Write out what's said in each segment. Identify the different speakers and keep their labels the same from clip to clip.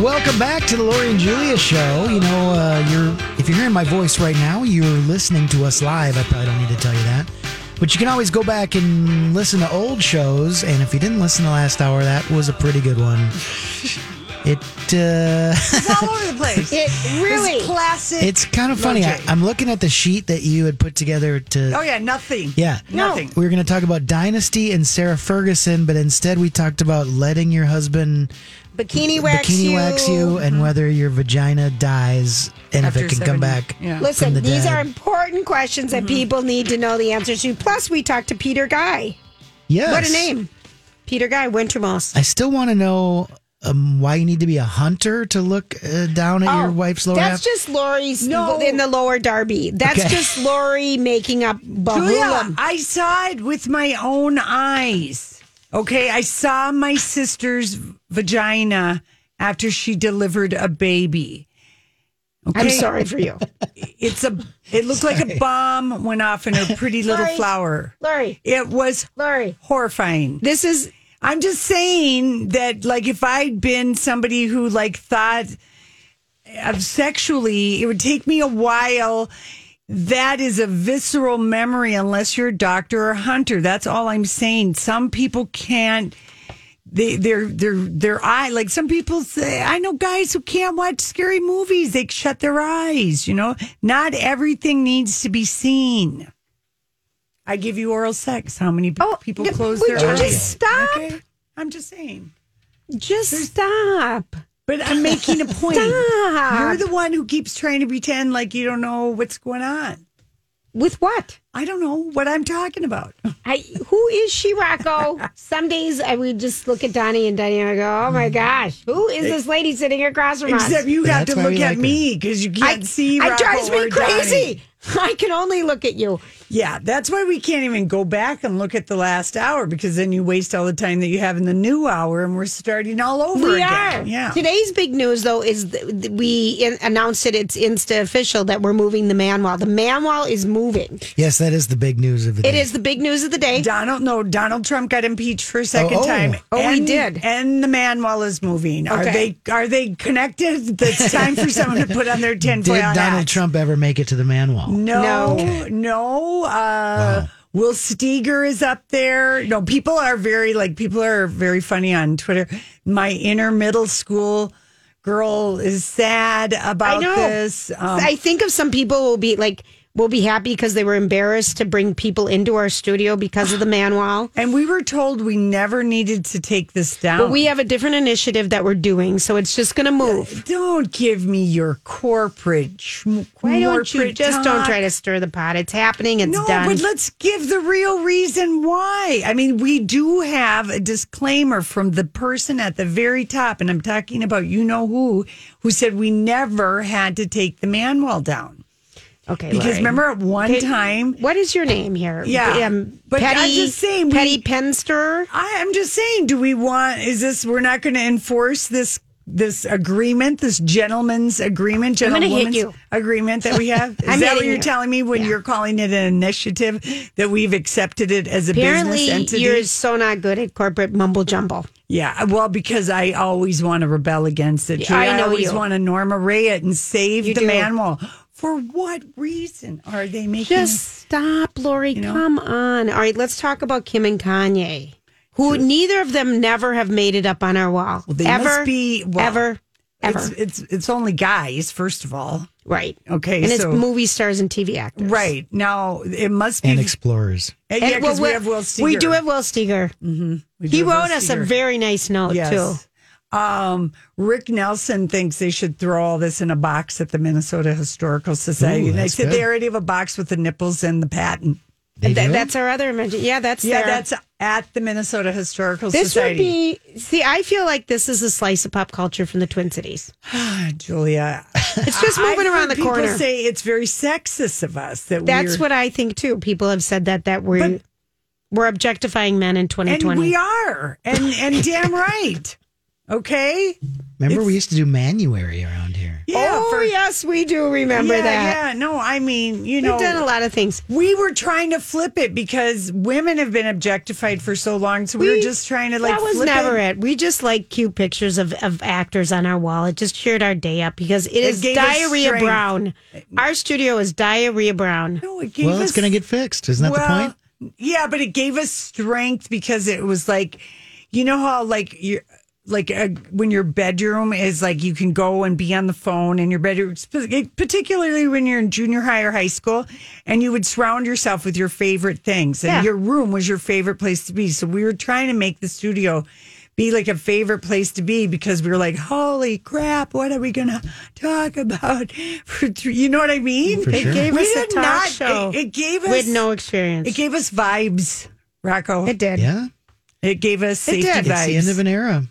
Speaker 1: Welcome back to the Lori and Julia show. You know, uh, you're if you're hearing my voice right now, you're listening to us live. I probably don't need to tell you that, but you can always go back and listen to old shows. And if you didn't listen to last hour, that was a pretty good one. It uh,
Speaker 2: It's all over the place.
Speaker 3: It really-
Speaker 2: It's classic.
Speaker 1: it's kind of funny. I,
Speaker 2: Logic.
Speaker 1: I'm looking at the sheet that you had put together to.
Speaker 2: oh yeah, nothing.
Speaker 1: Yeah.
Speaker 2: Nothing.
Speaker 1: We were going to talk about Dynasty and Sarah Ferguson, but instead we talked about letting your husband
Speaker 3: Bikini wax
Speaker 1: bikini
Speaker 3: you.
Speaker 1: wax you and whether your vagina dies and
Speaker 2: Mm-hmm. After
Speaker 1: if it can
Speaker 2: seven-
Speaker 1: come back.
Speaker 2: yeah.
Speaker 3: Listen,
Speaker 1: the
Speaker 3: these
Speaker 1: dead.
Speaker 3: are important questions that
Speaker 2: Mm-hmm.
Speaker 3: people need to know the answers to. Plus, we talked to Peter Guy.
Speaker 1: Yes.
Speaker 3: What a name. Peter Guy, Winter Moss.
Speaker 1: I still want to know um, why you need to be a hunter to look uh, down at your wife's lower half.
Speaker 3: Oh, That's just Lori's
Speaker 2: No.
Speaker 3: in the lower Derby. That's
Speaker 1: Okay.
Speaker 3: just Lori making up
Speaker 2: Julia,
Speaker 3: Bahula.
Speaker 2: I saw it with my own eyes. Okay, I saw my sister's vagina after she delivered a baby. Okay,
Speaker 3: I'm sorry for you.
Speaker 2: It's a. It looked like a bomb went off in her pretty little
Speaker 3: Sorry.
Speaker 2: flower.
Speaker 3: Lori,
Speaker 2: It was
Speaker 3: Lori.
Speaker 2: horrifying.
Speaker 3: This is
Speaker 2: I'm just saying that, like, if I'd been somebody who like thought of sexually, it would take me a while. That is a visceral memory, unless you're a doctor or hunter. That's all I'm saying. Some people can't. They, their their their eye like some people say I know guys who can't watch scary movies they shut their eyes you know not everything needs to be seen I give you oral sex how many
Speaker 3: Oh,
Speaker 2: people
Speaker 3: yeah,
Speaker 2: close
Speaker 3: would
Speaker 2: their
Speaker 3: you
Speaker 2: eyes
Speaker 3: just stop?
Speaker 2: I'm just saying.
Speaker 3: just stop.
Speaker 2: But I'm making a point.
Speaker 3: Stop.
Speaker 2: You're the one who keeps trying to pretend like you don't know what's going on.
Speaker 3: With what?
Speaker 2: I don't know what I'm talking about.
Speaker 3: I who is she, Rocco? Some days I would just look at Donnie and Donnie and I go, "Oh my
Speaker 1: Mm.
Speaker 3: gosh, who is this lady sitting across from us?"
Speaker 2: Except you have
Speaker 1: That's
Speaker 2: to
Speaker 1: why
Speaker 2: look
Speaker 1: we
Speaker 2: at
Speaker 1: like her.
Speaker 2: me because you
Speaker 3: I,
Speaker 2: can't see.
Speaker 3: I
Speaker 2: Rocco
Speaker 3: drives me
Speaker 2: or Donnie.
Speaker 3: crazy. I can only look at you.
Speaker 2: Yeah, that's why we can't even go back and look at the last hour because then you waste all the time that you have in the new hour, and we're starting all over
Speaker 3: We
Speaker 2: again.
Speaker 3: are.
Speaker 2: Yeah.
Speaker 3: Today's big news, though, is th- th- we in- announced it. It's Insta official that we're moving the man wall. The man wall is moving.
Speaker 1: yes, that is the big news of the
Speaker 3: It
Speaker 1: day.
Speaker 3: is the big news of the day.
Speaker 2: Donald, no, Donald Trump got impeached for a second
Speaker 1: Oh, oh.
Speaker 2: time.
Speaker 3: Oh, he
Speaker 2: and,
Speaker 3: did.
Speaker 2: And the Manuel is moving. Are
Speaker 3: Okay.
Speaker 2: they are they connected? It's time for someone to put on their
Speaker 1: Did
Speaker 2: tinfoil
Speaker 1: Donald
Speaker 2: hat.
Speaker 1: Trump ever make it to the man wall?
Speaker 2: No, no. Uh, Will Steger is up there. No, people are very like people are very funny on Twitter. My inner middle school girl is sad about
Speaker 3: know.
Speaker 2: this. Um,
Speaker 3: I think of some people will be like, will be happy because they were embarrassed to bring people into our studio because of the man wall.
Speaker 2: and we were told we never needed to take this down.
Speaker 3: But we have a different initiative that we're doing, so it's just going to move.
Speaker 2: Don't give me your corporate. Schm-
Speaker 3: Why don't you
Speaker 2: corporate
Speaker 3: just don't
Speaker 2: talk.
Speaker 3: try to stir the pot? It's happening. It's
Speaker 2: No,
Speaker 3: done.
Speaker 2: but let's give the real reason why. I mean, we do have a disclaimer from the person at the very top, and I'm talking about you know who, who said we never had to take the manual down
Speaker 3: okay,
Speaker 2: because
Speaker 3: Lori.
Speaker 2: remember at one
Speaker 3: Okay,
Speaker 2: time
Speaker 3: what is your name here? Um,
Speaker 2: Yeah, but
Speaker 3: Petty,
Speaker 2: I'm just saying we-
Speaker 3: Petty Penster.
Speaker 2: I, I'm just saying, do we want? Is this we're not going to enforce this this agreement, this gentleman's agreement,
Speaker 3: I'm gonna hit
Speaker 2: gentleman's
Speaker 3: you.
Speaker 2: agreement that we have? Is
Speaker 3: I'm
Speaker 2: that what
Speaker 3: hitting
Speaker 2: you're
Speaker 3: you.
Speaker 2: telling me when
Speaker 3: Yeah.
Speaker 2: you're calling it an initiative that we've accepted it as a
Speaker 3: Apparently,
Speaker 2: business entity?
Speaker 3: you're so not good at corporate mumble jumble.
Speaker 2: Yeah, well, because I always want to rebel against it. Julie.
Speaker 3: I know
Speaker 2: always
Speaker 3: you.
Speaker 2: want to Norma Ray it and save
Speaker 3: You
Speaker 2: the
Speaker 3: do.
Speaker 2: manual. For what reason are they making?
Speaker 3: Just stop, Lori.
Speaker 2: know?
Speaker 3: Come on. All right, let's talk about Kim and Kanye. who neither of them never have made it up on our wall.
Speaker 2: Well, they
Speaker 3: ever,
Speaker 2: must be- well,
Speaker 3: ever, ever.
Speaker 2: It's, it's it's only guys, first of all.
Speaker 3: right.
Speaker 2: Okay,
Speaker 3: And it's
Speaker 2: so-
Speaker 3: movie stars and TV actors.
Speaker 2: Right now, it must be.
Speaker 1: and explorers.
Speaker 2: yeah,
Speaker 3: And,
Speaker 2: 'cause
Speaker 3: well,
Speaker 2: we have Will
Speaker 3: We
Speaker 2: Steger.
Speaker 3: do have Will Steger.
Speaker 2: We do
Speaker 3: He
Speaker 2: have Will
Speaker 3: wrote us a
Speaker 2: Steger.
Speaker 3: very nice note, too.
Speaker 2: Um, Rick Nelson thinks they should throw all this in a box at the Minnesota Historical Society.
Speaker 1: Ooh,
Speaker 2: And I
Speaker 1: that's
Speaker 2: said
Speaker 1: good.
Speaker 2: they already have a box with the nipples and the patent.
Speaker 1: They
Speaker 3: Th-
Speaker 1: do?
Speaker 3: that's our other mention. Yeah, that's
Speaker 2: Yeah,
Speaker 3: their-
Speaker 2: that's at the Minnesota Historical
Speaker 3: This
Speaker 2: Society.
Speaker 3: would be see. I feel like this is a slice of pop culture from the Twin Cities.
Speaker 2: God, Julia.
Speaker 3: It's just moving
Speaker 2: I've
Speaker 3: around
Speaker 2: heard
Speaker 3: the
Speaker 2: people
Speaker 3: corner.
Speaker 2: say it's very sexist of us that
Speaker 3: That's
Speaker 2: we're,
Speaker 3: what I think too. People have said that that we're
Speaker 2: But-
Speaker 3: we're objectifying men in
Speaker 2: and
Speaker 3: 2020.
Speaker 2: we are, and and damn right. Okay.
Speaker 1: Remember, we used to do manuary around here.
Speaker 3: oh
Speaker 2: for-
Speaker 3: yes, we do remember
Speaker 2: yeah,
Speaker 3: that.
Speaker 2: Yeah, no, I mean, you know,
Speaker 3: We've done a lot of things.
Speaker 2: we were trying to flip it because women have been objectified for so long, so we, were just trying to like
Speaker 3: that was
Speaker 2: flip
Speaker 3: never
Speaker 2: it.
Speaker 3: it. We just like cute pictures of, of actors on our wall. It just cheered our day up because it is
Speaker 2: gave us
Speaker 3: diarrhea
Speaker 2: strength.
Speaker 3: brown. Our studio is diarrhea brown.
Speaker 2: No, it gave
Speaker 1: Well,
Speaker 2: us,
Speaker 1: it's going to get fixed. Isn't that the point?
Speaker 2: Yeah, but it gave us strength because it was like, you know how like you like uh when your bedroom is like you can go and be on the phone in your bedroom, sp- particularly when you're in junior high or high school, and you would surround yourself with your favorite things, and
Speaker 3: Yeah.
Speaker 2: your room was your favorite place to be. So we were trying to make the studio. Be like a favorite place to be because we were like, holy crap, what are we gonna talk about? For three? You know what I mean?
Speaker 1: For
Speaker 3: It
Speaker 1: sure.
Speaker 3: gave
Speaker 2: We
Speaker 3: us a
Speaker 2: did
Speaker 3: talk
Speaker 2: not-
Speaker 3: show.
Speaker 2: it- it gave us-
Speaker 3: with no experience.
Speaker 2: It gave us vibes, Rocco.
Speaker 3: It did.
Speaker 1: Yeah.
Speaker 2: It gave us safety
Speaker 3: It did.
Speaker 1: It's the
Speaker 2: vibes.
Speaker 1: end of an era.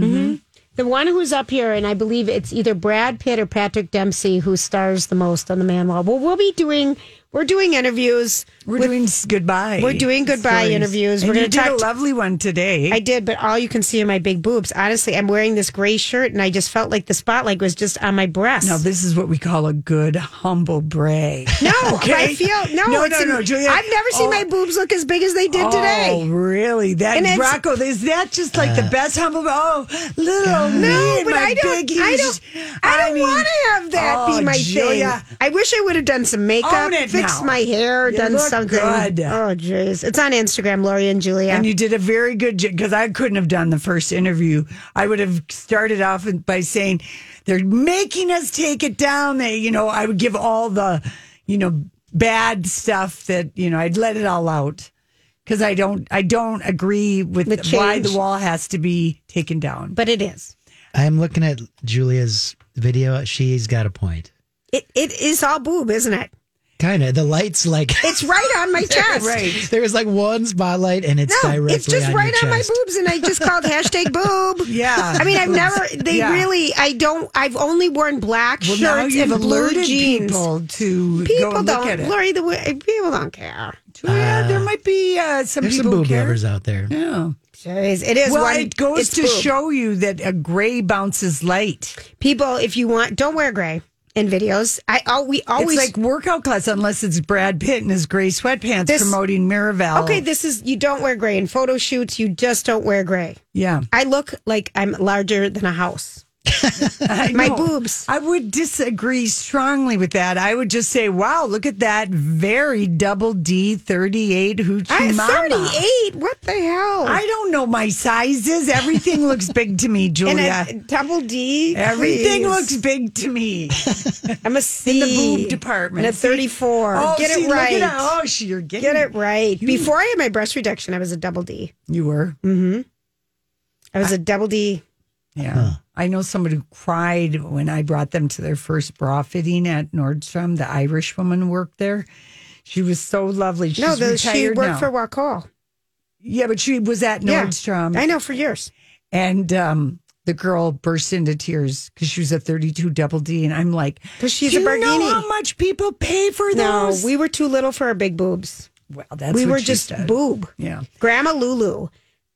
Speaker 3: The one who's up here, and I believe it's either Brad Pitt or Patrick Dempsey who stars the most on the Man Wall. Well, we'll be doing we're doing interviews.
Speaker 2: we're doing s- goodbye.
Speaker 3: We're doing goodbye interviews.
Speaker 2: And
Speaker 3: We're
Speaker 2: you
Speaker 3: gonna
Speaker 2: did
Speaker 3: talk
Speaker 2: a
Speaker 3: to-
Speaker 2: lovely one today.
Speaker 3: I did, but all you can see are my big boobs. Honestly, I'm wearing this gray shirt, and I just felt like the spotlight was just on my breast.
Speaker 2: now
Speaker 3: No,
Speaker 2: this is what we call a good humble brag.
Speaker 3: I feel no.
Speaker 2: no,
Speaker 3: it's
Speaker 2: no,
Speaker 3: in-
Speaker 2: no, Julia.
Speaker 3: I've never seen
Speaker 2: Oh.
Speaker 3: my boobs look as big as they did
Speaker 2: Oh,
Speaker 3: today.
Speaker 2: really?
Speaker 3: And
Speaker 2: That
Speaker 3: it's-
Speaker 2: Rocco is that just like the best humble? Oh, little me
Speaker 3: No,
Speaker 2: and
Speaker 3: but
Speaker 2: my
Speaker 3: I don't.
Speaker 2: big
Speaker 3: I
Speaker 2: huge-
Speaker 3: don't. I don't
Speaker 2: mean,
Speaker 3: want to have that
Speaker 2: oh,
Speaker 3: be my
Speaker 2: Julia.
Speaker 3: thing. I wish I would have done some makeup,
Speaker 2: Own it
Speaker 3: fixed
Speaker 2: now.
Speaker 3: my hair,
Speaker 2: You
Speaker 3: done
Speaker 2: look
Speaker 3: something.
Speaker 2: good.
Speaker 3: Oh, jeez, it's on Instagram, Lori and Julia.
Speaker 2: And you did a very good job because I couldn't have done the first interview. I would have started off in- by saying, "They're making us take it down." They, you know, I would give all the, you know, bad stuff that you know I'd let it all out because I don't I don't agree with
Speaker 3: The
Speaker 2: why
Speaker 3: change.
Speaker 2: the wall has to be taken down.
Speaker 3: but it is.
Speaker 1: I'm looking at Julia's video. She's got a point.
Speaker 3: It it is all boob, isn't it?
Speaker 1: Kind of. The light's like,
Speaker 3: It's right on my chest.
Speaker 2: Right.
Speaker 1: there's like one spotlight and it's
Speaker 3: No,
Speaker 1: directly
Speaker 3: it's just
Speaker 1: on
Speaker 3: right
Speaker 1: your
Speaker 3: on my
Speaker 1: chest.
Speaker 3: boobs, and I just called hashtag boob.
Speaker 2: Yeah.
Speaker 3: I mean, I've never. They
Speaker 2: Yeah.
Speaker 3: really. I don't. I've only worn black
Speaker 2: Well, now
Speaker 3: shirts
Speaker 2: you've
Speaker 3: and blue
Speaker 2: alerted
Speaker 3: jeans.
Speaker 2: people to go
Speaker 3: People
Speaker 2: and look at
Speaker 3: don't.
Speaker 2: it.
Speaker 3: Lori, the way, people don't care.
Speaker 2: yeah, there might be uh, some
Speaker 1: There's
Speaker 2: people
Speaker 1: some
Speaker 2: who
Speaker 1: boob
Speaker 2: care.
Speaker 1: lovers out there.
Speaker 2: Yeah.
Speaker 3: Jeez, it is.
Speaker 2: Well,
Speaker 3: one,
Speaker 2: it goes
Speaker 3: it's
Speaker 2: to
Speaker 3: boob.
Speaker 2: show you that a gray bounces light.
Speaker 3: people if you want. Don't wear gray in videos. I all we always
Speaker 2: it's like workout class unless it's Brad Pitt in his gray sweatpants
Speaker 3: This-
Speaker 2: promoting Miraval.
Speaker 3: okay. This is you don't wear gray in photo shoots. You just don't wear gray.
Speaker 2: yeah.
Speaker 3: I look like I'm larger than a house. my
Speaker 2: know.
Speaker 3: boobs.
Speaker 2: I would disagree strongly with that. I would just say, wow, look at that very double D 38 hoochie
Speaker 3: I'm
Speaker 2: mama.
Speaker 3: 38. What the hell?
Speaker 2: I don't know my sizes. Everything looks big to me,
Speaker 3: and
Speaker 2: Julia.
Speaker 3: a double D.
Speaker 2: Everything
Speaker 3: please.
Speaker 2: looks big to me.
Speaker 3: I'm a C
Speaker 2: In the boob department.
Speaker 3: And a 34.
Speaker 2: Oh,
Speaker 3: Get
Speaker 2: see,
Speaker 3: it
Speaker 2: look at
Speaker 3: right.
Speaker 2: that. Oh, she, you're getting
Speaker 3: Get it right. Before I had my breast reduction, I was a double D.
Speaker 2: You were.
Speaker 3: I was a double D.
Speaker 2: Yeah. I know somebody who cried when I brought them to their first bra fitting at Nordstrom. The Irish woman worked there. She was so lovely. She's
Speaker 3: no, the, she
Speaker 2: retired
Speaker 3: worked
Speaker 2: now.
Speaker 3: for Wacol.
Speaker 2: Yeah, but she was at
Speaker 3: Yeah.
Speaker 2: Nordstrom.
Speaker 3: I know for years.
Speaker 2: And um, the girl burst into tears because she was a 32 double D. And I'm like,
Speaker 3: 'Cause she's
Speaker 2: "Do
Speaker 3: a
Speaker 2: you know
Speaker 3: Barghini."
Speaker 2: how much people pay for
Speaker 3: No,
Speaker 2: those?
Speaker 3: we were too little for our big boobs.
Speaker 2: well, that's
Speaker 3: we
Speaker 2: what
Speaker 3: were
Speaker 2: she
Speaker 3: just
Speaker 2: said.
Speaker 3: boob.
Speaker 2: Yeah.
Speaker 3: Grandma Lulu,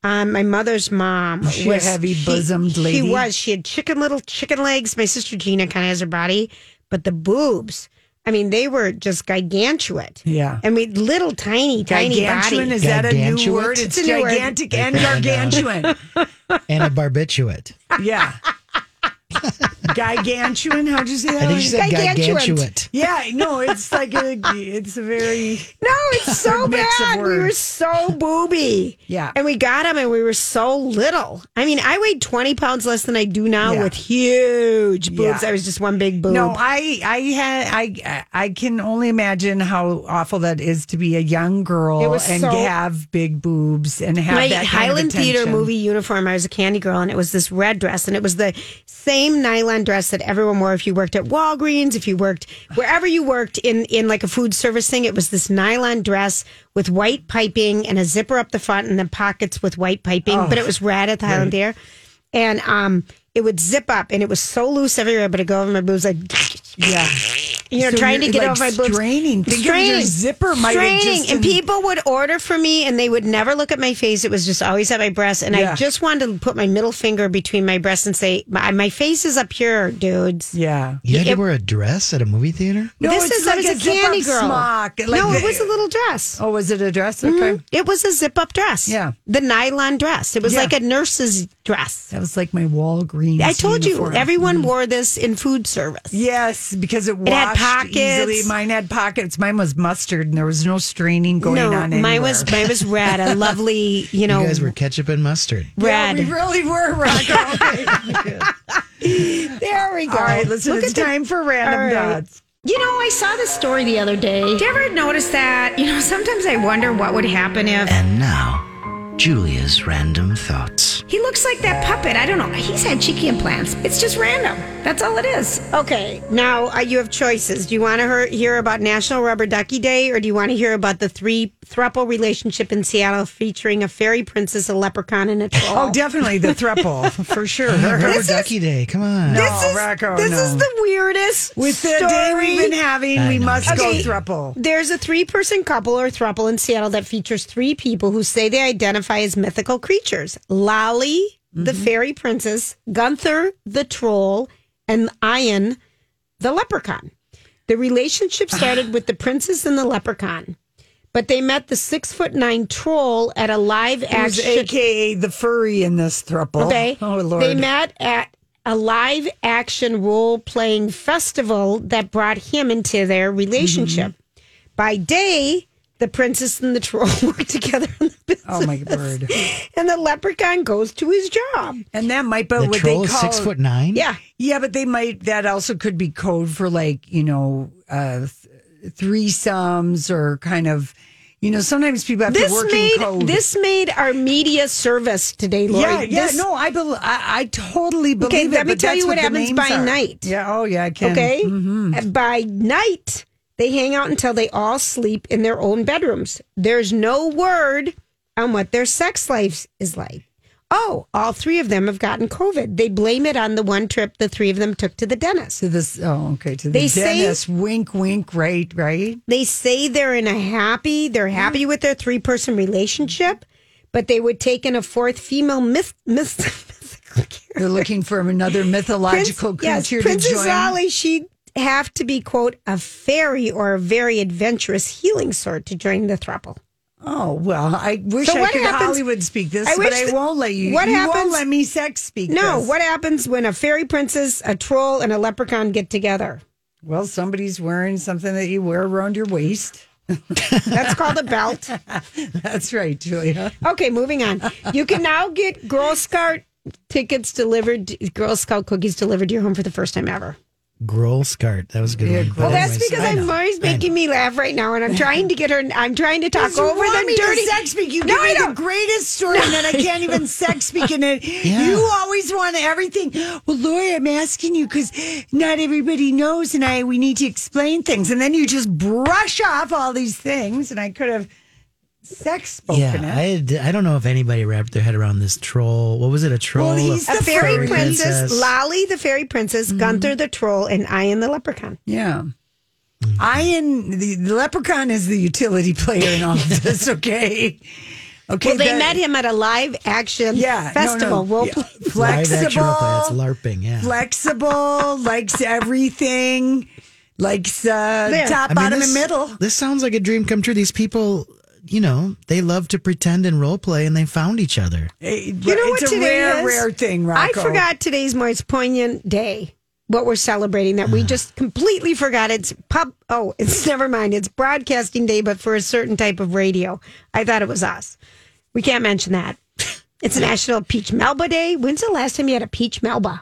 Speaker 3: um, my mother's mom,
Speaker 2: she a
Speaker 3: was
Speaker 2: heavy-bosomed
Speaker 3: she-
Speaker 2: lady?
Speaker 3: She was. She had chicken little chicken legs. My sister Gina kind of has her body, but the boobs. I mean, they were just gigantuate.
Speaker 2: Yeah.
Speaker 3: and we little tiny tiny
Speaker 2: Gargantuan,
Speaker 3: body.
Speaker 2: is that a new
Speaker 1: Gargantuan?
Speaker 2: word?
Speaker 3: It's
Speaker 2: It's,
Speaker 3: a new word.
Speaker 2: gigantic and
Speaker 1: Take that down.
Speaker 2: gargantuan.
Speaker 1: And a barbiturate.
Speaker 2: yeah. Gigantuan. How'd you say that?
Speaker 1: I
Speaker 3: Oh,
Speaker 1: think she said
Speaker 3: Gigantuan.
Speaker 1: gigantuate.
Speaker 2: yeah, no, it's like a, it's a very
Speaker 3: No, it's so
Speaker 2: Mix of
Speaker 3: bad. We were
Speaker 2: words.
Speaker 3: so booby.
Speaker 2: Yeah.
Speaker 3: And we got them and we were so little. I mean, I weighed 20 pounds less than I do now
Speaker 2: Yeah.
Speaker 3: with huge boobs.
Speaker 2: Yeah.
Speaker 3: I was just one big boob.
Speaker 2: No, I I had I I can only imagine how awful that is to be a young girl
Speaker 3: It was
Speaker 2: and
Speaker 3: so-
Speaker 2: have big boobs and have
Speaker 3: my
Speaker 2: that kind of
Speaker 3: Highland Theater
Speaker 2: attention.
Speaker 3: movie uniform. I was a candy girl, and it was this red dress, and it was the same nylon dress that everyone wore if you worked at Walgreens, if you worked wherever you worked in in like a food service thing. It was this nylon dress with white piping and a zipper up the front, and then pockets with white piping. but
Speaker 2: Oh,
Speaker 3: it was red at the Highland Theater, and um, it would zip up, and it was so loose everywhere, but it go over my boobs like
Speaker 2: Yeah,
Speaker 3: you know,
Speaker 2: So
Speaker 3: trying to
Speaker 2: you're,
Speaker 3: get
Speaker 2: like,
Speaker 3: off my boobs.
Speaker 2: straining. Think of your zipper might have
Speaker 3: straining.
Speaker 2: just
Speaker 3: and
Speaker 2: been-
Speaker 3: people would order for me, and they would never look at my face. It was just always at my breast, and I
Speaker 2: Yeah.
Speaker 3: just wanted to put my middle finger between my breasts and say, "My, my face is up here, dudes."
Speaker 2: yeah.
Speaker 1: You had to
Speaker 3: It-
Speaker 1: wear a dress at a movie theater?
Speaker 2: No,
Speaker 3: this
Speaker 2: it's
Speaker 3: is I
Speaker 2: like
Speaker 3: was
Speaker 2: a
Speaker 3: a,
Speaker 2: zip-up
Speaker 3: candy girl.
Speaker 2: smock, like
Speaker 3: no, it
Speaker 2: the-
Speaker 3: was a Mm-hmm. little dress.
Speaker 2: Oh, was it a dress? Okay,
Speaker 3: It was a zip-up dress.
Speaker 2: Yeah.
Speaker 3: the nylon dress. It was
Speaker 2: Yeah.
Speaker 3: like a nurse's dress.
Speaker 2: that was like my Walgreens.
Speaker 3: I told
Speaker 2: uniform. Mm-hmm.
Speaker 3: you, everyone wore this in food service.
Speaker 2: Yes, because it, washed
Speaker 3: had pockets.
Speaker 2: easily. Mine had pockets. Mine was mustard, and there was no straining going
Speaker 3: no,
Speaker 2: on.
Speaker 3: mine was
Speaker 2: anywhere.
Speaker 3: mine was red, a lovely, you know,
Speaker 1: You guys were ketchup and mustard.
Speaker 2: Yeah,
Speaker 3: red.
Speaker 2: we really were Rocco. Okay.
Speaker 3: there we go.
Speaker 2: All right, listen,
Speaker 3: Look
Speaker 2: it's
Speaker 3: at the-
Speaker 2: time for random
Speaker 3: All right.
Speaker 2: dots.
Speaker 4: You know, I saw this story the other day.
Speaker 3: Do you ever notice that? You know, sometimes I wonder what would happen if
Speaker 5: And now, Julia's random thoughts.
Speaker 4: He looks like that puppet. I don't know. He's had cheeky implants. It's just random. That's all it is.
Speaker 3: Okay, now uh, you have choices. Do you want to hear, hear about National Rubber Ducky Day, or do you want to hear about the three thruple relationship in Seattle featuring a fairy princess, a leprechaun, and a troll?
Speaker 2: Oh, definitely the thruple for sure.
Speaker 1: Rubber Ducky Day. Come on.
Speaker 3: this is
Speaker 2: Rocco,
Speaker 3: this
Speaker 2: no.
Speaker 3: is the weirdest
Speaker 2: With the day we've
Speaker 3: story.
Speaker 2: been having, we must
Speaker 3: Okay.
Speaker 2: go thruple.
Speaker 3: There's a three person couple or thruple in Seattle that features three people who say they identify as mythical creatures Lolly, the fairy princess, Gunther, the troll, and Ian, the leprechaun. The relationship started with the princess and the leprechaun, but they met the six foot nine troll at a live
Speaker 2: Who's
Speaker 3: action.
Speaker 2: AKA the furry in this thruple.
Speaker 3: Okay.
Speaker 2: Oh Lord.
Speaker 3: They met at a live action role playing festival that brought him into their
Speaker 2: Mm-hmm.
Speaker 3: relationship. By day, the princess and the troll work together on the business.
Speaker 2: oh my word.
Speaker 3: And the leprechaun goes to his job.
Speaker 2: And that might be
Speaker 1: the
Speaker 2: what
Speaker 1: troll
Speaker 2: they
Speaker 1: is
Speaker 2: call
Speaker 1: six foot nine?
Speaker 3: Yeah.
Speaker 2: Yeah, but they might that also could be code for like, you know, uh th- threesomes or kind of you know, sometimes people have to
Speaker 3: This
Speaker 2: work in
Speaker 3: made
Speaker 2: code.
Speaker 3: this made our media service today, Lori.
Speaker 2: yeah, yeah,
Speaker 3: This-
Speaker 2: no, I, bel I I totally believe it.
Speaker 3: let me
Speaker 2: but
Speaker 3: tell
Speaker 2: that's
Speaker 3: you what
Speaker 2: the
Speaker 3: happens
Speaker 2: names
Speaker 3: by
Speaker 2: are.
Speaker 3: night.
Speaker 2: Yeah, oh yeah, I can.
Speaker 3: Okay. By night, they hang out until they all sleep in their own bedrooms. There's no word on what their sex life is like. Oh, all three of them have gotten COVID. They blame it on the one trip the three of them took to the dentist.
Speaker 2: To this oh okay, to the
Speaker 3: They say-
Speaker 2: dentist. wink wink, right, right?
Speaker 3: They say they're in a happy, they're happy with their three person relationship, but they would take in a fourth female myth, myth, mythical character.
Speaker 2: They're looking for another mythological
Speaker 3: Prince-
Speaker 2: creature to
Speaker 3: yes, Princess
Speaker 2: join.
Speaker 3: Lolly, she'd have to be, quote, a fairy or a very adventurous healing sort to join the throuple.
Speaker 2: Oh well, I wish
Speaker 3: So
Speaker 2: I
Speaker 3: what
Speaker 2: could
Speaker 3: happens-
Speaker 2: Hollywood speak this,
Speaker 3: I
Speaker 2: but
Speaker 3: wish
Speaker 2: I
Speaker 3: that-
Speaker 2: won't let you.
Speaker 3: what
Speaker 2: you won't
Speaker 3: happens-
Speaker 2: let me sex speak.
Speaker 3: No,
Speaker 2: this.
Speaker 3: what happens when a fairy princess, a troll, and a leprechaun get together?
Speaker 2: Well, somebody's wearing something that you wear around your waist.
Speaker 3: That's called a belt.
Speaker 2: That's right, Julia.
Speaker 3: Okay, moving on. You can now get Girl Scout tickets delivered, Girl Scout cookies delivered to your home for the first time ever.
Speaker 1: Girl Scart. That was a good
Speaker 2: Yeah,
Speaker 1: one.
Speaker 2: Girl
Speaker 1: But
Speaker 3: Well, that's
Speaker 1: anyways,
Speaker 3: because
Speaker 1: I
Speaker 3: I'm
Speaker 1: know.
Speaker 3: Lori's making me laugh right now, and I'm trying to get her. I'm trying to talk over
Speaker 2: want
Speaker 3: the
Speaker 2: me to
Speaker 3: dirty
Speaker 2: sex speak. You
Speaker 3: No,
Speaker 2: give
Speaker 3: I
Speaker 2: me the
Speaker 3: don't.
Speaker 2: greatest story, and then I can't even sex speak in it. You always want everything. Well, Lori, I'm asking you because not everybody knows, and I we need to explain things, and then you just brush off all these things, and I could have sex spoken
Speaker 1: Yeah,
Speaker 2: it.
Speaker 1: I, had- I don't know if anybody wrapped their head around this troll. What was it? A troll?
Speaker 2: he's
Speaker 3: a
Speaker 2: the
Speaker 3: fairy,
Speaker 2: fairy Mm-hmm.
Speaker 3: princess, Lolly the fairy princess, Gunther the troll, and Ian the leprechaun.
Speaker 2: Yeah. Ian, the, the leprechaun is the utility player in all of this, okay? Okay.
Speaker 3: Well, they
Speaker 2: the-
Speaker 3: met him at a live action
Speaker 2: Yeah. no,
Speaker 3: festival.
Speaker 2: no,
Speaker 3: Role
Speaker 2: yeah.
Speaker 3: play.
Speaker 1: Live action role play. That's
Speaker 2: Flexible.
Speaker 1: LARPing. Yeah.
Speaker 2: Flexible. likes everything. Likes uh,
Speaker 3: There.
Speaker 2: top, bottom,
Speaker 1: this,
Speaker 2: and middle.
Speaker 1: This sounds like a dream come true. These people, you know, they love to pretend and role play, and they found each other.
Speaker 2: You
Speaker 3: You know
Speaker 2: it's
Speaker 3: what
Speaker 2: a
Speaker 3: today
Speaker 2: rare,
Speaker 3: is?
Speaker 2: rare thing, Rocco.
Speaker 3: I forgot today's most poignant day. what we're celebrating that we just completely forgot. It's pub. Oh, it's never mind. It's broadcasting day, but for a certain type of radio. I thought it was us. We can't mention that. It's National Peach Melba Day. When's the last time you had a peach Melba?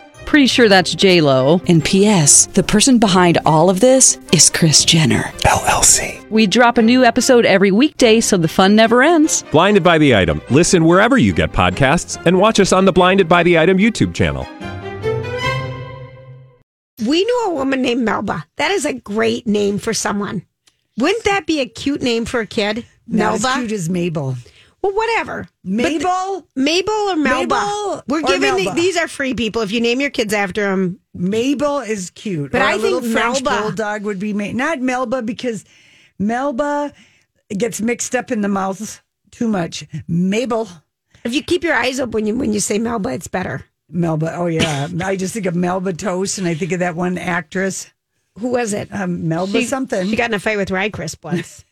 Speaker 6: Pretty sure that's J Lo.
Speaker 7: And P.S. The person behind all of this is Chris Jenner.
Speaker 8: LLC.
Speaker 6: We drop a new episode every weekday, so the fun never ends.
Speaker 8: Blinded by the Item. Listen wherever you get podcasts and watch us on the Blinded by the Item YouTube channel.
Speaker 3: we knew a woman named Melba. That is a great name for someone. Wouldn't that be a cute name for a kid?
Speaker 2: Not
Speaker 3: Melba.
Speaker 2: as cute as Mabel.
Speaker 3: well, whatever. But th-
Speaker 2: Mabel?
Speaker 3: Mabel or Melba.
Speaker 2: Mabel
Speaker 3: We're
Speaker 2: or
Speaker 3: giving the-
Speaker 2: Melba?
Speaker 3: these are free people. If you name your kids after them,
Speaker 2: Mabel is cute.
Speaker 3: But
Speaker 2: Or
Speaker 3: I
Speaker 2: a
Speaker 3: think
Speaker 2: little French
Speaker 3: Melba-
Speaker 2: bulldog would be ma- not Melba because Melba gets mixed up in the mouth too much. Mabel,
Speaker 3: if you keep your eyes open when you when you say Melba, it's better.
Speaker 2: Melba. Oh yeah, I just think of Melba Toast, and I think of that one actress,
Speaker 3: Who was it?
Speaker 2: um, Melba something.
Speaker 3: She got in a fight with Rycrisp once.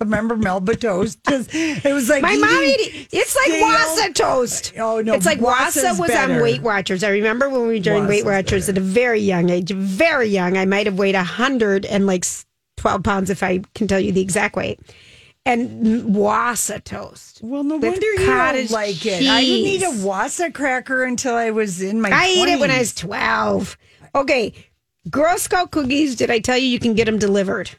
Speaker 2: Remember Melba Toast? 'Cause it was like
Speaker 3: My mom
Speaker 2: eating
Speaker 3: ate it. It's like
Speaker 2: stale-
Speaker 3: wasa toast.
Speaker 2: Oh, no,
Speaker 3: It's like
Speaker 2: wasa's
Speaker 3: wasa was on
Speaker 2: better.
Speaker 3: Weight Watchers. I remember when we were doing Weight
Speaker 2: Wasa's
Speaker 3: Watchers at a very young age, very young. I might have weighed a hundred and like s- twelve pounds if I can tell you the exact weight. And mm, wasa toast.
Speaker 2: Well, no
Speaker 3: with
Speaker 2: wonder you
Speaker 3: cottage
Speaker 2: don't like it. I didn't eat
Speaker 3: cheese.
Speaker 2: a wasa cracker until I was in my.
Speaker 3: I ate it when I
Speaker 2: 20s.
Speaker 3: was twelve. Okay, Girl Scout cookies. Did I tell you you can get them delivered?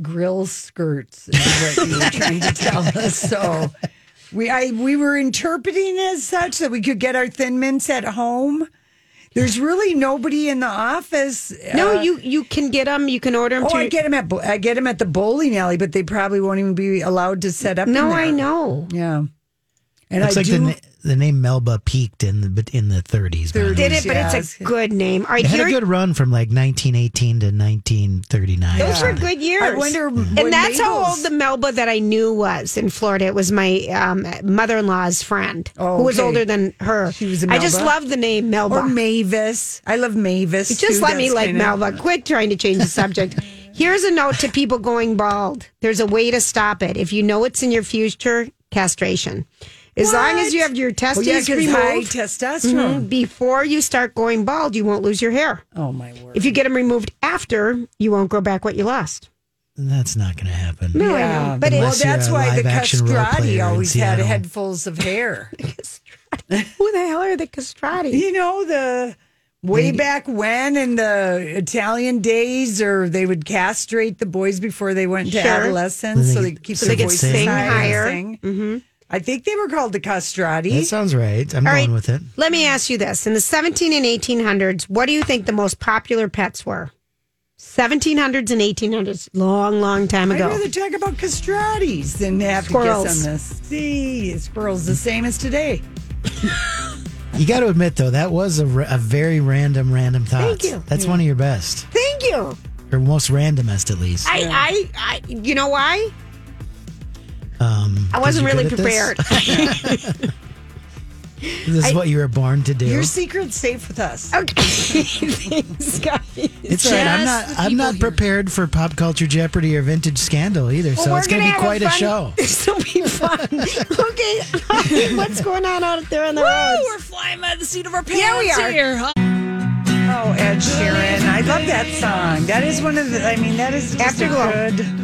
Speaker 2: grill skirts is what you were trying to tell us. So we I we were interpreting as such that we could get our thin mints at home. There's really nobody in the office.
Speaker 3: No,
Speaker 2: uh,
Speaker 3: you you can get them. You can order them.
Speaker 2: Oh, I get them at bo- I get 'em at the bowling alley, but they probably won't even be allowed to set up. in
Speaker 3: No,
Speaker 2: there.
Speaker 3: I know.
Speaker 2: Yeah, and
Speaker 1: Looks
Speaker 2: I
Speaker 1: like
Speaker 2: do.
Speaker 1: the, na- the name Melba peaked in the in the 30s. man.
Speaker 3: Did it, but
Speaker 2: Yes.
Speaker 3: it's a good name. All right,
Speaker 1: It had
Speaker 3: here,
Speaker 1: a good run from like 1918 to 1939.
Speaker 3: those were good years.
Speaker 2: I wonder,
Speaker 3: and that's how old the Melba that I knew was in Florida. It was my um, mother-in-law's friend
Speaker 2: Oh,
Speaker 3: who was
Speaker 2: okay.
Speaker 3: older than her.
Speaker 2: She was a
Speaker 3: I just
Speaker 2: Melba?
Speaker 3: love the name Melba.
Speaker 2: or Mavis. I love Mavis.
Speaker 3: just
Speaker 2: too.
Speaker 3: let me
Speaker 2: That's
Speaker 3: like
Speaker 2: kinda-
Speaker 3: Melba. Quit trying to change the subject. Here's a note to people going bald. There's a way to stop it. If you know it's in your future, castration. As long as you have your
Speaker 2: Well, yeah,
Speaker 3: testes
Speaker 2: 'cause high
Speaker 3: removed mm-hmm,
Speaker 2: testosterone.
Speaker 3: before you start going bald, you won't lose your hair.
Speaker 2: Oh my word!
Speaker 3: If you get them removed after, you won't grow back what you lost.
Speaker 1: That's not going to happen.
Speaker 3: No, I
Speaker 1: Oh,
Speaker 3: know. But
Speaker 2: well,
Speaker 3: it,
Speaker 1: Unless you're
Speaker 2: that's
Speaker 1: a
Speaker 2: why the
Speaker 1: live-action role player
Speaker 2: castrati
Speaker 1: in
Speaker 2: always had
Speaker 1: Seattle.
Speaker 2: headfuls of hair.
Speaker 3: who the hell are the castrati?
Speaker 2: you know the way back when in the Italian days, or they would castrate the boys before they went to
Speaker 3: Sure.
Speaker 2: adolescence, so
Speaker 1: They
Speaker 2: they
Speaker 1: could-
Speaker 2: keep
Speaker 1: so
Speaker 2: their
Speaker 1: they could
Speaker 2: voices
Speaker 1: sing
Speaker 2: high and
Speaker 3: higher.
Speaker 2: sing. I think they were called the castrati.
Speaker 1: That sounds right. I'm
Speaker 3: All
Speaker 1: going
Speaker 3: right.
Speaker 1: with it.
Speaker 3: Let me ask you this. In the 17 and 1800s, what do you think the most popular pets were? 1700s and 1800s, long, long time
Speaker 2: I'd
Speaker 3: ago.
Speaker 2: rather talk about castratis than have to
Speaker 3: Squirrels.
Speaker 2: guess on this. See, squirrels the same as today.
Speaker 1: You got to admit, though, that was a, ra- a very random, random thought.
Speaker 3: you.
Speaker 1: That's one of your best,
Speaker 3: Thank you.
Speaker 1: or most randomest, at least.
Speaker 3: I, I, I, you know why?
Speaker 1: um,
Speaker 3: I wasn't
Speaker 1: 'cause you're
Speaker 3: really
Speaker 1: good at this.
Speaker 3: prepared.
Speaker 1: This, is what you were born to do.
Speaker 2: Your secret's safe with us.
Speaker 3: okay. Thanks, guys.
Speaker 1: it's all right. I'm
Speaker 2: just
Speaker 1: not. I'm not prepared for pop culture jeopardy or vintage scandal either. so
Speaker 3: Well,
Speaker 1: it's going to
Speaker 3: gonna
Speaker 1: be
Speaker 3: have
Speaker 1: quite a,
Speaker 3: fun-
Speaker 1: show.
Speaker 3: This will be fun. okay. What's going on out there on the roads?
Speaker 7: We're flying by the seat of our pants
Speaker 3: Yeah, we are.
Speaker 7: here.
Speaker 2: Oh, Ed Sheeran. I love that song. That is one of the, I mean, that is just
Speaker 3: Afterglow.
Speaker 2: a good.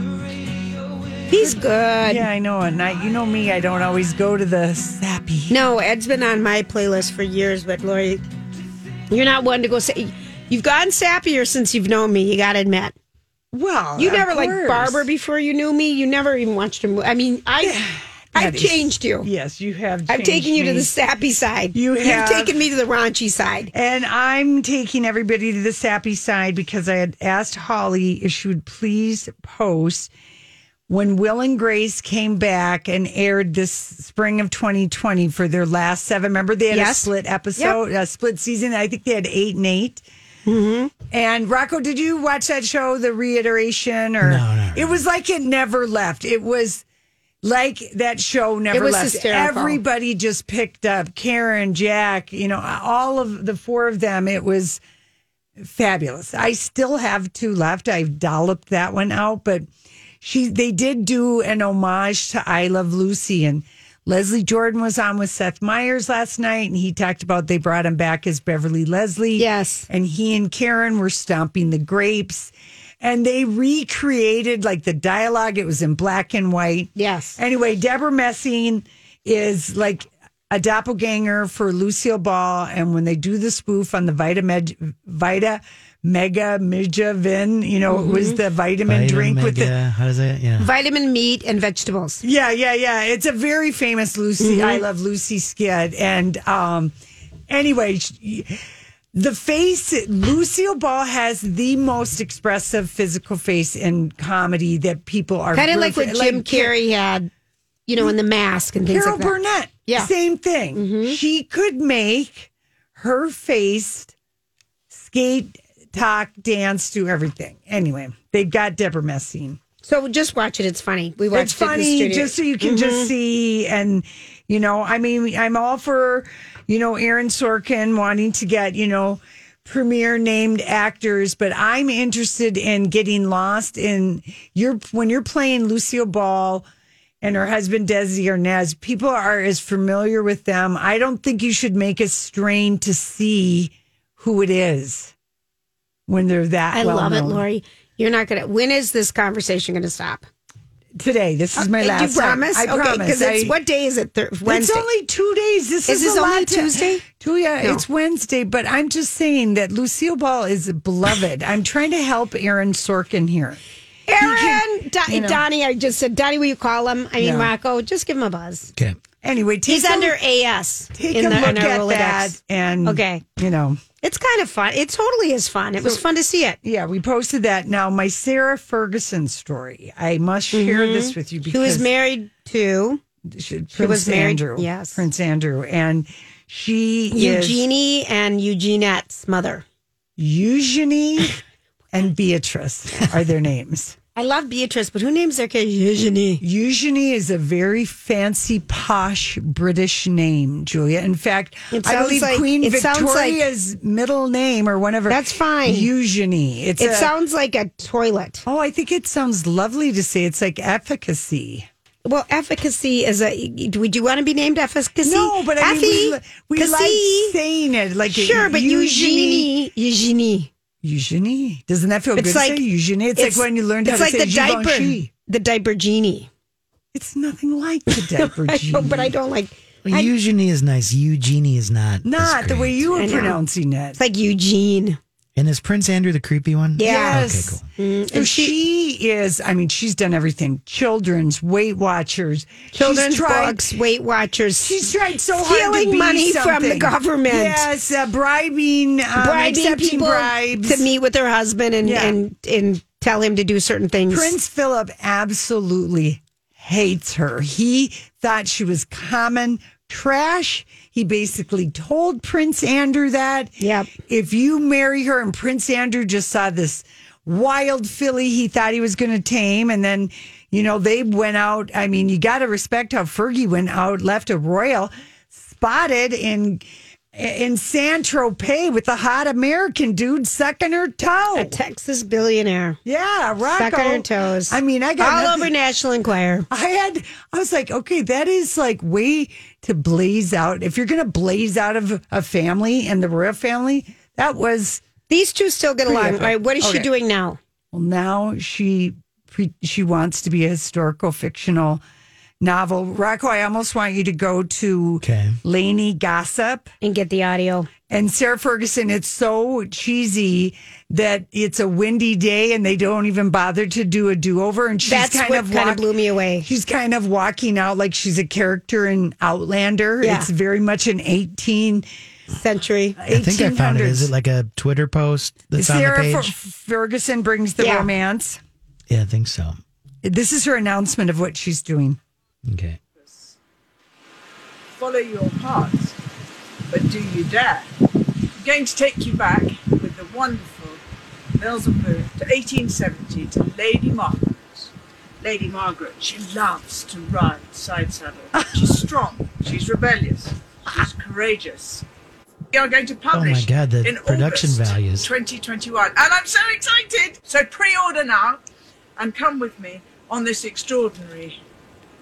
Speaker 3: He's good.
Speaker 2: Yeah, I know. And I, you know me, I don't always go to the sappy.
Speaker 3: No, Ed's been on my playlist for years, but Lori, you're not one to go say. You've gone sappier since you've known me. You got to admit,
Speaker 2: Well,
Speaker 3: you
Speaker 2: of
Speaker 3: never liked
Speaker 2: course.
Speaker 3: Barber before you knew me. You never even watched a movie. I mean, I I've
Speaker 2: Patty.
Speaker 3: changed you.
Speaker 2: Yes, you have.
Speaker 3: I've
Speaker 2: changed
Speaker 3: taken you to
Speaker 2: me.
Speaker 3: the sappy side.
Speaker 2: You have.
Speaker 3: You've taken me to the raunchy side.
Speaker 2: And I'm taking everybody to the sappy side because I had asked Holly if she would please post when Will and Grace came back and aired this spring of 2020 for their last seven. Remember, they had a
Speaker 3: Yes.
Speaker 2: split episode, a split season. I think they had eight and 8 And Rocco, did you watch that show, The Reiteration? Or
Speaker 1: No, no, no.
Speaker 2: it was like it never left. It was like that show never
Speaker 3: was
Speaker 2: left.
Speaker 3: hysterical.
Speaker 2: Everybody just picked up Karen, Jack, you know, all of the four of them. It was fabulous. I still have two left. I've dolloped that one out, but she they did do an homage to I Love Lucy and Leslie Jordan was on with Seth Meyers last night and he talked about they brought him back as Beverly Leslie.
Speaker 3: Yes.
Speaker 2: And he and Karen were stomping the grapes and they recreated like the dialogue. It was in black and white.
Speaker 3: Yes.
Speaker 2: Anyway, Deborah Messing is like a doppelganger for Lucille Ball, and when they do the spoof on the Vita Med- Vita Mega Mijavin, you know, it was the vitamin
Speaker 1: Vitamin
Speaker 2: drink with the
Speaker 1: Mega- how does that? Yeah.
Speaker 3: Vitamin meat and vegetables.
Speaker 2: yeah, yeah, yeah. It's a very famous Lucy.
Speaker 3: Mm-hmm.
Speaker 2: I love Lucy skit. And um, anyway, sh- the face Lucille Ball has the most expressive physical face in comedy that people are
Speaker 3: Kind of like what
Speaker 2: really-
Speaker 3: Jim
Speaker 2: like,
Speaker 3: Carrey had, you know, in the mask and things
Speaker 2: Carol
Speaker 3: like that.
Speaker 2: Burnett.
Speaker 3: Yeah. Mm-hmm.
Speaker 2: Same thing. She could make her face skate, talk, dance, do everything. Anyway, they've got Deborah Messing.
Speaker 3: So just watch it. It's funny. We
Speaker 2: It's
Speaker 3: watched it in the
Speaker 2: funny
Speaker 3: studio.
Speaker 2: just so you can just see and you know, I mean I'm all for, you know, Aaron Sorkin wanting to get, you know, premier named actors, but I'm interested in getting lost in your when you're playing Lucille Ball and her husband Desi Arnaz, people are as familiar with them. I don't think you should make a strain to see who it is when they're that.
Speaker 3: I love it,
Speaker 2: well-known.
Speaker 3: Lori. You're not gonna. When is this conversation gonna stop?
Speaker 2: Today, this is my
Speaker 3: Uh,
Speaker 2: last.
Speaker 3: You promise?
Speaker 2: Time. I
Speaker 3: okay,
Speaker 2: promise.
Speaker 3: Because it's
Speaker 2: I-
Speaker 3: what day is it? Thir- Wednesday.
Speaker 2: It's only two days. This is,
Speaker 3: Is this
Speaker 2: a
Speaker 3: only
Speaker 2: lot to-
Speaker 3: Tuesday?
Speaker 2: Two, yeah,
Speaker 3: No.
Speaker 2: it's Wednesday. But I'm just saying that Lucille Ball is beloved. I'm trying to help Aaron Sorkin here.
Speaker 3: Aaron, Do-
Speaker 2: you know.
Speaker 3: Donnie. I just said Donnie. Will you call him? I mean,
Speaker 2: Yeah.
Speaker 3: Rocco. Just give him a buzz.
Speaker 1: Okay.
Speaker 2: Anyway, take
Speaker 3: He's
Speaker 2: a,
Speaker 3: under AS.
Speaker 2: Take
Speaker 3: in
Speaker 2: a
Speaker 3: the,
Speaker 2: look
Speaker 3: in our
Speaker 2: at
Speaker 3: Rolodex.
Speaker 2: that, and
Speaker 3: Okay.
Speaker 2: you know,
Speaker 3: It's kind of fun. It totally is fun. It was fun to see it.
Speaker 2: yeah, we posted that. Now, my Sarah Ferguson story. I must share this with you because
Speaker 3: Mm-hmm. Who is married to
Speaker 2: she, Prince
Speaker 3: was married-
Speaker 2: Andrew,
Speaker 3: yes.
Speaker 2: Prince Andrew, and she is
Speaker 3: Eugenie and Eugenette's mother.
Speaker 2: Eugenie and Beatrice are their names.
Speaker 3: I love Beatrice, but who names their kid Eugenie?
Speaker 2: Eugenie is a very fancy, posh British name, Julia. In fact,
Speaker 3: It
Speaker 2: I
Speaker 3: sounds
Speaker 2: believe
Speaker 3: like-
Speaker 2: Queen
Speaker 3: it sounds like-
Speaker 2: Victoria's middle name or one of her.
Speaker 3: That's fine.
Speaker 2: Eugenie. It's
Speaker 3: It
Speaker 2: a-
Speaker 3: sounds like a toilet.
Speaker 2: Oh, I think it sounds lovely to say. It's like efficacy.
Speaker 3: Well, efficacy is a. Do we do you want to be named efficacy?
Speaker 2: No, but I mean, we, li- we like
Speaker 3: Efficacy.
Speaker 2: saying it like
Speaker 3: sure, but Eugenie, Eugenie.
Speaker 2: Eugenie. Doesn't that feel
Speaker 3: It's
Speaker 2: good
Speaker 3: like-
Speaker 2: to say Eugenie? It's, like when you learned how
Speaker 3: it's
Speaker 2: to
Speaker 3: like
Speaker 2: say
Speaker 3: the diaper,
Speaker 2: Givenchy.
Speaker 3: the diaper genie.
Speaker 2: It's nothing like the diaper
Speaker 3: I
Speaker 2: Genie.
Speaker 3: know, but I don't like.
Speaker 1: Well, Eugenie is nice. Eugenie is not. as
Speaker 2: Not the
Speaker 1: great.
Speaker 2: way you
Speaker 3: I
Speaker 2: were
Speaker 3: know.
Speaker 2: pronouncing it.
Speaker 3: It's like Eugene.
Speaker 1: And is Prince Andrew the creepy one?
Speaker 3: Yeah.
Speaker 2: Yes.
Speaker 1: Okay, cool.
Speaker 3: Mm,
Speaker 2: So she, is, I mean, she's done everything children's, Weight Watchers,
Speaker 3: Children's
Speaker 2: she's tried,
Speaker 3: books, Weight Watchers.
Speaker 2: She's tried so hard to
Speaker 3: stealing
Speaker 2: be
Speaker 3: money from the
Speaker 2: something.
Speaker 3: government.
Speaker 2: Yes, uh, bribing, um,
Speaker 3: bribing
Speaker 2: accepting
Speaker 3: people
Speaker 2: bribes.
Speaker 3: to meet with her husband and,
Speaker 2: Yeah.
Speaker 3: and and tell him to do certain things.
Speaker 2: Prince Philip absolutely hates her. He thought she was common trash. He basically told Prince Andrew that.
Speaker 3: Yep.
Speaker 2: If you marry her, and Prince Andrew just saw this wild filly he thought he was going to tame. And then, you know, they went out. I mean, you got to respect how Fergie went out, left a royal spotted in. In San Tropez with the hot American dude sucking her toe.
Speaker 3: a Texas billionaire.
Speaker 2: Yeah, Rocco.
Speaker 3: Suck on her toes.
Speaker 2: I mean, I
Speaker 3: all
Speaker 2: got
Speaker 3: over
Speaker 2: nothing-
Speaker 3: National Enquirer.
Speaker 2: I had. I was like, okay, that is like way to blaze out. If you're gonna blaze out of a family and the royal family, that was
Speaker 3: These two still get
Speaker 2: Pretty
Speaker 3: along. All
Speaker 2: epic.
Speaker 3: right, what is she
Speaker 2: Okay.
Speaker 3: doing now?
Speaker 2: well. Now she pre, she wants to be a historical fictional novel. Rocco, I almost want you to go to
Speaker 1: Okay.
Speaker 2: Laney Gossip
Speaker 3: and get the audio.
Speaker 2: and Sarah Ferguson. It's so cheesy that it's a windy day and they don't even bother to do a do over. And she's
Speaker 3: That's
Speaker 2: kind
Speaker 3: what
Speaker 2: of
Speaker 3: kind
Speaker 2: walk-
Speaker 3: of blew me away.
Speaker 2: She's kind of walking out like she's a character in Outlander.
Speaker 3: Yeah.
Speaker 2: It's very much an 18,
Speaker 3: Century.
Speaker 2: 1800s.
Speaker 1: I think I found it. Is it like a Twitter post that's
Speaker 2: Sarah
Speaker 1: on the
Speaker 2: Fer-
Speaker 1: page?
Speaker 2: Ferguson brings the
Speaker 3: Yeah.
Speaker 2: romance.
Speaker 1: yeah, I think so.
Speaker 2: This is her announcement of what she's doing.
Speaker 1: Okay.
Speaker 9: follow your heart, but do you dare? I'm going to take you back with the wonderful Melza Poon to 1870 to Lady Margaret. Lady Margaret, she loves to ride side saddle. She's strong, she's rebellious, she's courageous. We are going to publish
Speaker 1: Oh God, the
Speaker 9: in
Speaker 1: production
Speaker 9: August
Speaker 1: values.
Speaker 9: 2021, and I'm so excited! So pre-order now and come with me on this extraordinary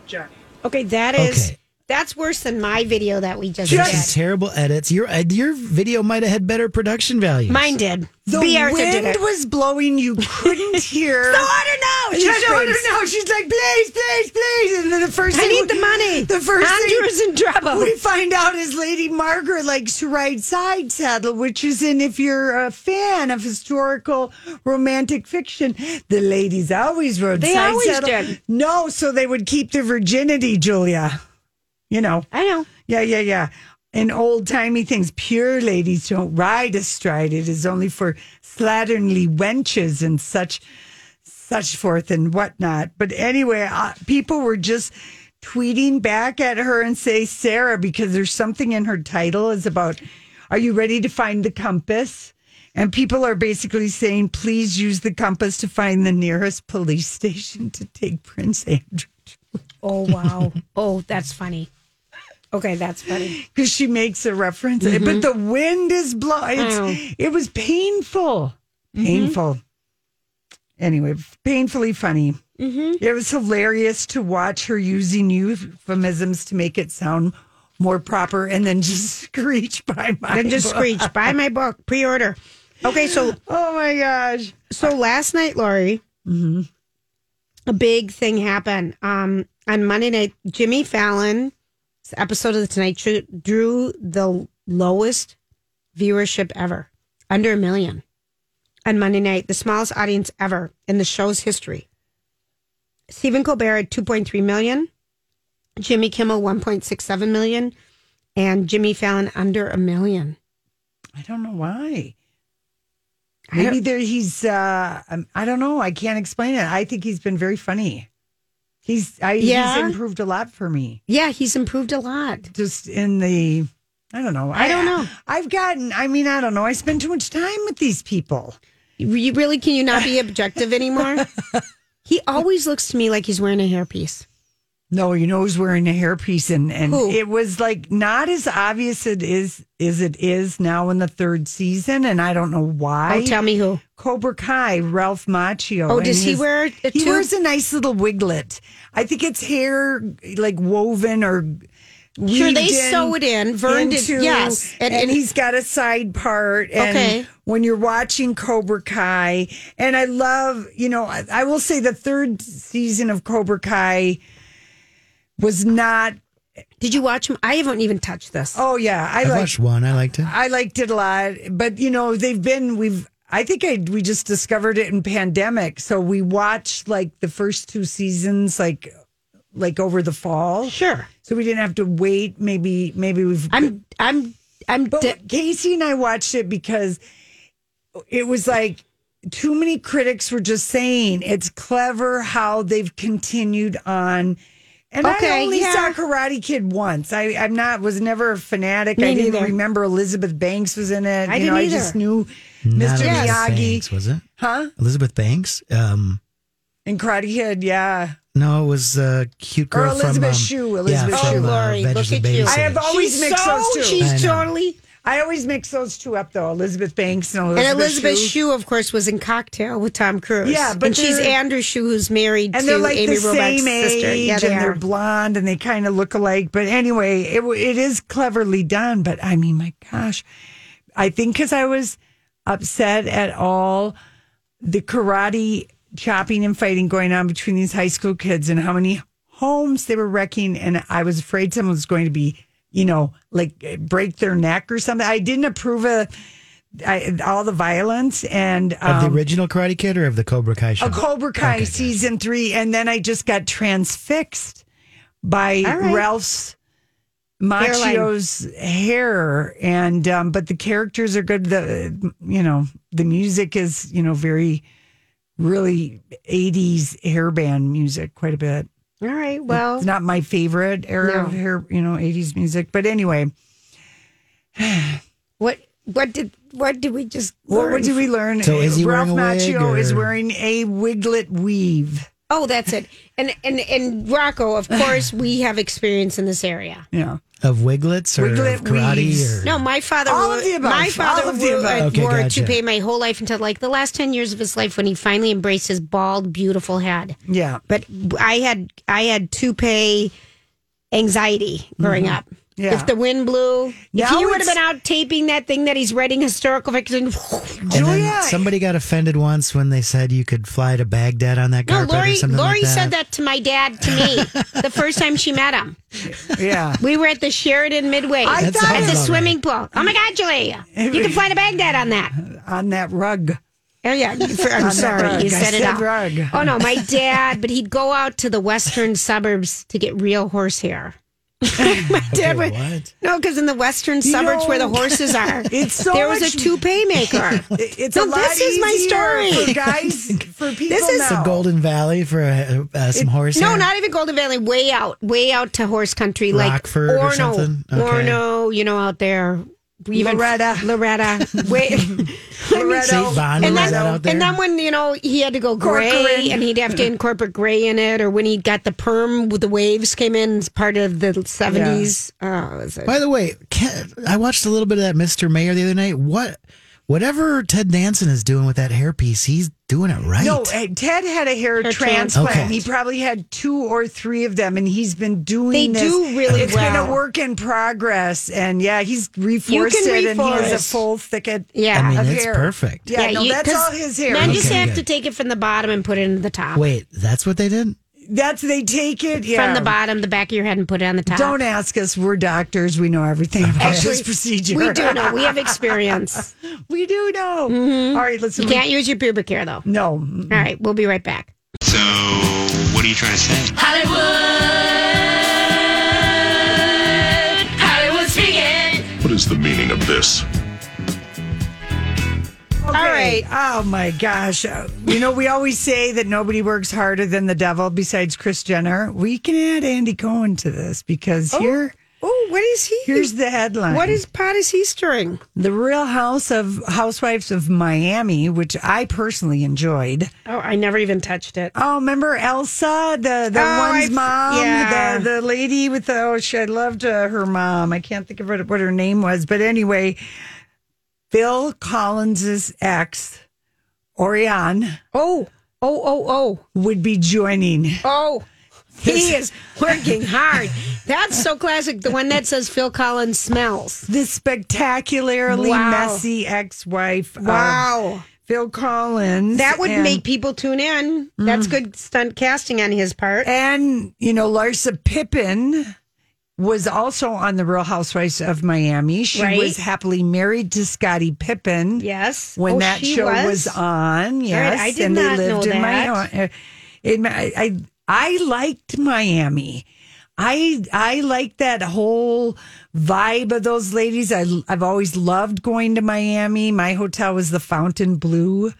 Speaker 9: journey.
Speaker 3: Okay, that is
Speaker 1: Okay.
Speaker 3: that's worse than my video that we just
Speaker 1: Just some
Speaker 3: did.
Speaker 1: terrible edits. Your uh, your video might have had better production value.
Speaker 3: Mine did.
Speaker 2: The
Speaker 3: B. Arthur did
Speaker 2: wind
Speaker 3: it.
Speaker 2: was blowing. You couldn't hear.
Speaker 3: So I don't know. She
Speaker 2: I don't
Speaker 3: screams.
Speaker 2: know. She's like, please, please, please. And then the first
Speaker 3: I
Speaker 2: thing.
Speaker 3: need the money.
Speaker 2: The first
Speaker 3: Andrew's
Speaker 2: thing
Speaker 3: in trouble.
Speaker 2: We find out is Lady Margaret likes to ride side saddle, which is in, if you're a fan of historical romantic fiction, the ladies always rode
Speaker 3: They
Speaker 2: side
Speaker 3: always
Speaker 2: saddle.
Speaker 3: did.
Speaker 2: No, so they would keep their virginity, Julia. You know.
Speaker 3: I know.
Speaker 2: Yeah, yeah, yeah. And old timey things. Pure ladies don't ride astride. It is only for slatternly wenches and such, such forth and whatnot. But anyway, uh, people were just tweeting back at her and say Sarah because there's something in her title is about. Are you ready to find the compass? And people are basically saying, please use the compass to find the nearest police station to take Prince Andrew.
Speaker 3: Oh wow. oh, that's funny. Okay, that's funny.
Speaker 2: because she makes a reference.
Speaker 3: Mm-hmm.
Speaker 2: But the wind is blowing.
Speaker 3: Wow.
Speaker 2: It was painful,
Speaker 3: Mm-hmm.
Speaker 2: painful. Anyway, painfully funny.
Speaker 3: Mm-hmm.
Speaker 2: It was hilarious to watch her using euphemisms to make it sound more proper, and then just screech by my.
Speaker 3: Then just
Speaker 2: book.
Speaker 3: screech. Buy my book. Pre-order. Okay, so
Speaker 2: Oh my gosh!
Speaker 3: so last night, Laurie, a big thing happened. Um, on Monday night, Jimmy Fallon's episode of the Tonight Show drew the lowest viewership ever, under a million, on Monday night, the smallest audience ever in the show's history. Stephen Colbert at 2.3 million, Jimmy Kimmel 1.67 million, and Jimmy Fallon under a million.
Speaker 2: I don't know why.
Speaker 3: I
Speaker 2: Maybe
Speaker 3: don't-
Speaker 2: there he's. Uh, um, I don't know. I can't explain it. I think he's been very funny. He's. I,
Speaker 3: Yeah.
Speaker 2: He's improved a lot for me.
Speaker 3: Yeah, he's improved a lot.
Speaker 2: just in the I don't know.
Speaker 3: I don't know.
Speaker 2: I've gotten I mean, I don't know. I spend too much time with these people.
Speaker 3: You really can you not be objective anymore? he always looks to me like he's wearing a hairpiece.
Speaker 2: No, you know who's wearing a hairpiece and, and
Speaker 3: Who?
Speaker 2: it was like not as obvious it is as it is now in the third season and I don't know why.
Speaker 3: Oh, tell me who.
Speaker 2: Cobra Kai, Ralph Macchio.
Speaker 3: Oh,
Speaker 2: and
Speaker 3: does he
Speaker 2: his-
Speaker 3: wear a
Speaker 2: He
Speaker 3: tube?
Speaker 2: wears a nice little wiglet. I think it's hair like woven or
Speaker 3: Sure, they
Speaker 2: weaved
Speaker 3: sew it in. Vern did-
Speaker 2: into-
Speaker 3: yes.
Speaker 2: and,
Speaker 3: And- and-
Speaker 2: he's got a side part. And
Speaker 3: Okay.
Speaker 2: when you're watching Cobra Kai, and I love, you know, I, I will say the third season of Cobra Kai was not.
Speaker 3: Did you watch him? I haven't even touched this.
Speaker 2: Oh yeah,
Speaker 1: I
Speaker 2: I like
Speaker 1: watched one. I liked it.
Speaker 2: I liked it a lot, but you know, they've been we've I think I we just discovered it in pandemic, so we watched like the first two seasons like like over the fall.
Speaker 3: Sure.
Speaker 2: So we didn't have to wait maybe maybe we've
Speaker 3: I'm I'm I'm
Speaker 2: but
Speaker 3: de-
Speaker 2: Casey and I watched it because it was like too many critics were just saying it's clever how they've continued on. And I
Speaker 3: Okay,
Speaker 2: only
Speaker 3: yeah.
Speaker 2: saw Karate Kid once. I, I'm not was never a fanatic.
Speaker 3: Me
Speaker 2: I didn't
Speaker 3: neither.
Speaker 2: remember Elizabeth Banks was in it.
Speaker 3: I
Speaker 2: you know,
Speaker 3: didn't
Speaker 2: I just
Speaker 3: either.
Speaker 2: knew
Speaker 1: Not
Speaker 2: Mr.
Speaker 1: Elizabeth
Speaker 2: Miyagi,
Speaker 1: Banks, was it?
Speaker 2: huh?
Speaker 1: Elizabeth Banks. Um,
Speaker 2: In Karate Kid, yeah.
Speaker 1: no, it was uh, cute
Speaker 2: Or
Speaker 1: girl from
Speaker 2: Elizabeth
Speaker 1: um,
Speaker 2: Shue,
Speaker 1: yeah,
Speaker 2: Elizabeth
Speaker 3: Oh,
Speaker 2: Shue.
Speaker 1: from, uh,
Speaker 3: Lori,
Speaker 1: Veg
Speaker 3: look
Speaker 1: is the
Speaker 3: at you.
Speaker 1: Babysitter.
Speaker 2: I have always
Speaker 3: she's
Speaker 2: mixed
Speaker 3: so,
Speaker 2: those two.
Speaker 1: I
Speaker 3: She's
Speaker 1: know.
Speaker 3: totally
Speaker 2: I always mix those two up though. Elizabeth Banks and
Speaker 3: and
Speaker 2: Elizabeth,
Speaker 3: Elizabeth
Speaker 2: Shue.
Speaker 3: Shue, of course, was in Cocktail with Tom Cruise.
Speaker 2: Yeah, but
Speaker 3: and she's
Speaker 2: they're-
Speaker 3: Andrew Shue, who's married
Speaker 2: and
Speaker 3: to
Speaker 2: they're like
Speaker 3: Amy
Speaker 2: the
Speaker 3: Robach's
Speaker 2: same age,
Speaker 3: sister. Yeah, they
Speaker 2: and
Speaker 3: are.
Speaker 2: they're blonde, and they kind of look alike. But anyway, it w- it is cleverly done. But I mean, my gosh, I think because I was upset at all the karate chopping and fighting going on between these high school kids, and how many homes they were wrecking, and I was afraid someone was going to be, you know, like eh, break their neck or something. I didn't approve of I, all the violence and
Speaker 1: Of the
Speaker 2: um,
Speaker 1: original Karate Kid or of the Cobra Kai show?
Speaker 2: a Cobra Kai
Speaker 1: Okay.
Speaker 2: season three, and then I just got transfixed by
Speaker 3: All right.
Speaker 2: Ralph's Macchio's hair, and um, but the characters are good. The you know the music is you know very really eighties hair band music quite a bit.
Speaker 3: All right. Well,
Speaker 2: It's not my favorite era
Speaker 3: No.
Speaker 2: of hair you know eighties music, but anyway,
Speaker 3: what what did what did we just?
Speaker 2: what,
Speaker 3: learn?
Speaker 2: what did we learn?
Speaker 1: So is he
Speaker 2: Ralph
Speaker 1: wearing a wig,
Speaker 2: Macchio is
Speaker 1: or-
Speaker 2: wearing a wiglet weave.
Speaker 3: Oh, that's it. And and and Rocco, of course, we have experience in this area.
Speaker 2: Yeah.
Speaker 1: Of wiglets or
Speaker 2: Wiglet
Speaker 1: of karate?
Speaker 2: weaves.
Speaker 1: Or,
Speaker 3: No, my father.
Speaker 2: All
Speaker 3: wore,
Speaker 2: of the above.
Speaker 3: My
Speaker 2: All
Speaker 3: father
Speaker 2: of the
Speaker 3: wore,
Speaker 2: above.
Speaker 3: uh,
Speaker 1: Okay,
Speaker 3: wore a
Speaker 1: gotcha.
Speaker 3: toupee my whole life until like the last ten years of his life when he finally embraced his bald, beautiful head.
Speaker 2: Yeah,
Speaker 3: But I had I had toupee anxiety growing up.
Speaker 2: Mm-hmm. Yeah.
Speaker 3: If the wind blew,
Speaker 2: Now
Speaker 3: if he would have
Speaker 2: it's-
Speaker 3: been out taping that thing that he's writing historical fiction.
Speaker 1: And then
Speaker 2: Julia-
Speaker 1: somebody got offended once when they said you could fly to Baghdad on that
Speaker 3: No,
Speaker 1: carpet or
Speaker 3: Lori.
Speaker 1: something
Speaker 3: Lori
Speaker 1: like that.
Speaker 3: said that to my dad to me the first time she met him.
Speaker 2: yeah.
Speaker 3: We were at the Sheridan Midway
Speaker 2: I
Speaker 3: at
Speaker 1: That thought- sounds
Speaker 3: the
Speaker 1: about
Speaker 3: swimming pool. Oh my God, Julia! You can fly to Baghdad on that.
Speaker 2: on that rug.
Speaker 3: Oh yeah, you- for- I'm
Speaker 2: On that
Speaker 3: sorry,
Speaker 2: rug.
Speaker 3: you
Speaker 2: I
Speaker 3: set it
Speaker 2: said
Speaker 3: up.
Speaker 2: rug.
Speaker 3: Oh no, my dad, but he'd go out to the western suburbs to get real horsehair. my dad
Speaker 1: Okay,
Speaker 3: would
Speaker 1: what?
Speaker 3: no, because in the western suburbs where the
Speaker 2: know,
Speaker 3: horses are,
Speaker 2: it's so
Speaker 3: there was
Speaker 2: much-
Speaker 3: a toupee maker.
Speaker 2: It- It's
Speaker 3: No,
Speaker 2: a lot
Speaker 3: this is my
Speaker 2: easier
Speaker 3: story.
Speaker 2: for guys for people
Speaker 3: is-
Speaker 2: now.
Speaker 1: So Golden Valley for uh, uh, some horse
Speaker 3: no,
Speaker 1: hair?
Speaker 3: not even Golden Valley. Way out, way out to horse country, like
Speaker 1: Rockford or
Speaker 3: Orno,
Speaker 1: something? Okay.
Speaker 3: Orno. You know, out there, even
Speaker 2: Loretta.
Speaker 3: Loretta. Wait,
Speaker 2: Loretto.
Speaker 1: St. Bonnie,
Speaker 3: and
Speaker 1: was
Speaker 3: then,
Speaker 1: that out there?
Speaker 3: and then when you know he had to go gray,
Speaker 2: Corcoran.
Speaker 3: and he'd have to incorporate gray in it, or when he got the perm, with the waves came in as part of the seventies. Oh, is it?
Speaker 1: By the way, Ken, I watched a little bit of that Mr. Mayor the other night. What, whatever Ted Danson is doing with that hairpiece, he's doing it right.
Speaker 2: No, eh, Ted had a hair,
Speaker 3: Hair
Speaker 2: transplant.
Speaker 1: transplant.
Speaker 2: He probably had two or three of them, and he's been doing.
Speaker 3: They
Speaker 2: this.
Speaker 3: do really
Speaker 2: It's been
Speaker 3: well.
Speaker 2: a work in progress, and yeah, he's reforested, and he has a
Speaker 3: reforest.
Speaker 2: full thicket.
Speaker 3: Yeah.
Speaker 1: I mean
Speaker 2: of
Speaker 1: it's
Speaker 2: hair.
Speaker 1: perfect.
Speaker 2: Yeah, no,
Speaker 3: you-
Speaker 2: that's
Speaker 3: 'cause
Speaker 2: all his hair.
Speaker 3: Men just
Speaker 1: Okay,
Speaker 3: have
Speaker 1: good.
Speaker 3: to take it from the bottom and put it into the top.
Speaker 1: Wait, that's what they did.
Speaker 2: That's they take it yeah.
Speaker 3: From the bottom, the back of your head, and put it on the top.
Speaker 2: Don't ask us. We're doctors. We know everything about this procedure.
Speaker 3: We do know. We have experience.
Speaker 2: we do know.
Speaker 3: Mm-hmm.
Speaker 2: All right, let's.
Speaker 3: You can't use your pubic hair though.
Speaker 2: No,
Speaker 3: All right, we'll be right back.
Speaker 10: So, what are you trying to say?
Speaker 11: What is the meaning of this?
Speaker 3: All right.
Speaker 2: Oh my gosh. Uh, You know, we always say that nobody works harder than the devil besides Chris Jenner. We can add Andy Cohen to this because here
Speaker 3: Oh, what is he?
Speaker 2: here's the headline.
Speaker 3: what is pot is he stirring?
Speaker 2: the Real House of Housewives of Miami, which I personally enjoyed.
Speaker 3: Oh, I never even touched it.
Speaker 2: Oh, remember Elsa, the the
Speaker 3: Oh,
Speaker 2: one's
Speaker 3: I've-
Speaker 2: mom,
Speaker 3: yeah.
Speaker 2: the the lady with the oh, she, I loved uh, her mom. I can't think of what, what her name was, but anyway, Phil Collins's ex, Orion,
Speaker 3: Oh, oh, oh, oh.
Speaker 2: would be joining.
Speaker 3: Oh, he is working hard. That's so classic. The one that says Phil Collins smells.
Speaker 2: the spectacularly
Speaker 3: Wow.
Speaker 2: messy ex-wife of
Speaker 3: Wow.
Speaker 2: Phil Collins.
Speaker 3: that would
Speaker 2: Um, and, Mm.
Speaker 3: make people tune in. That's good stunt casting on his part.
Speaker 2: and you know Larsa Pippen was also on the Real Housewives of Miami. She
Speaker 3: Right.
Speaker 2: was happily married to Scottie Pippen.
Speaker 3: Yes.
Speaker 2: when
Speaker 3: Oh,
Speaker 2: that
Speaker 3: she
Speaker 2: show was, on. Yes,
Speaker 3: I did
Speaker 2: and they
Speaker 3: not
Speaker 2: lived
Speaker 3: know
Speaker 2: in
Speaker 3: that.
Speaker 2: Miami. In my, I, I I liked Miami. I I liked that whole vibe of those ladies. I I've always loved going to Miami. My hotel was the Fountain Blue.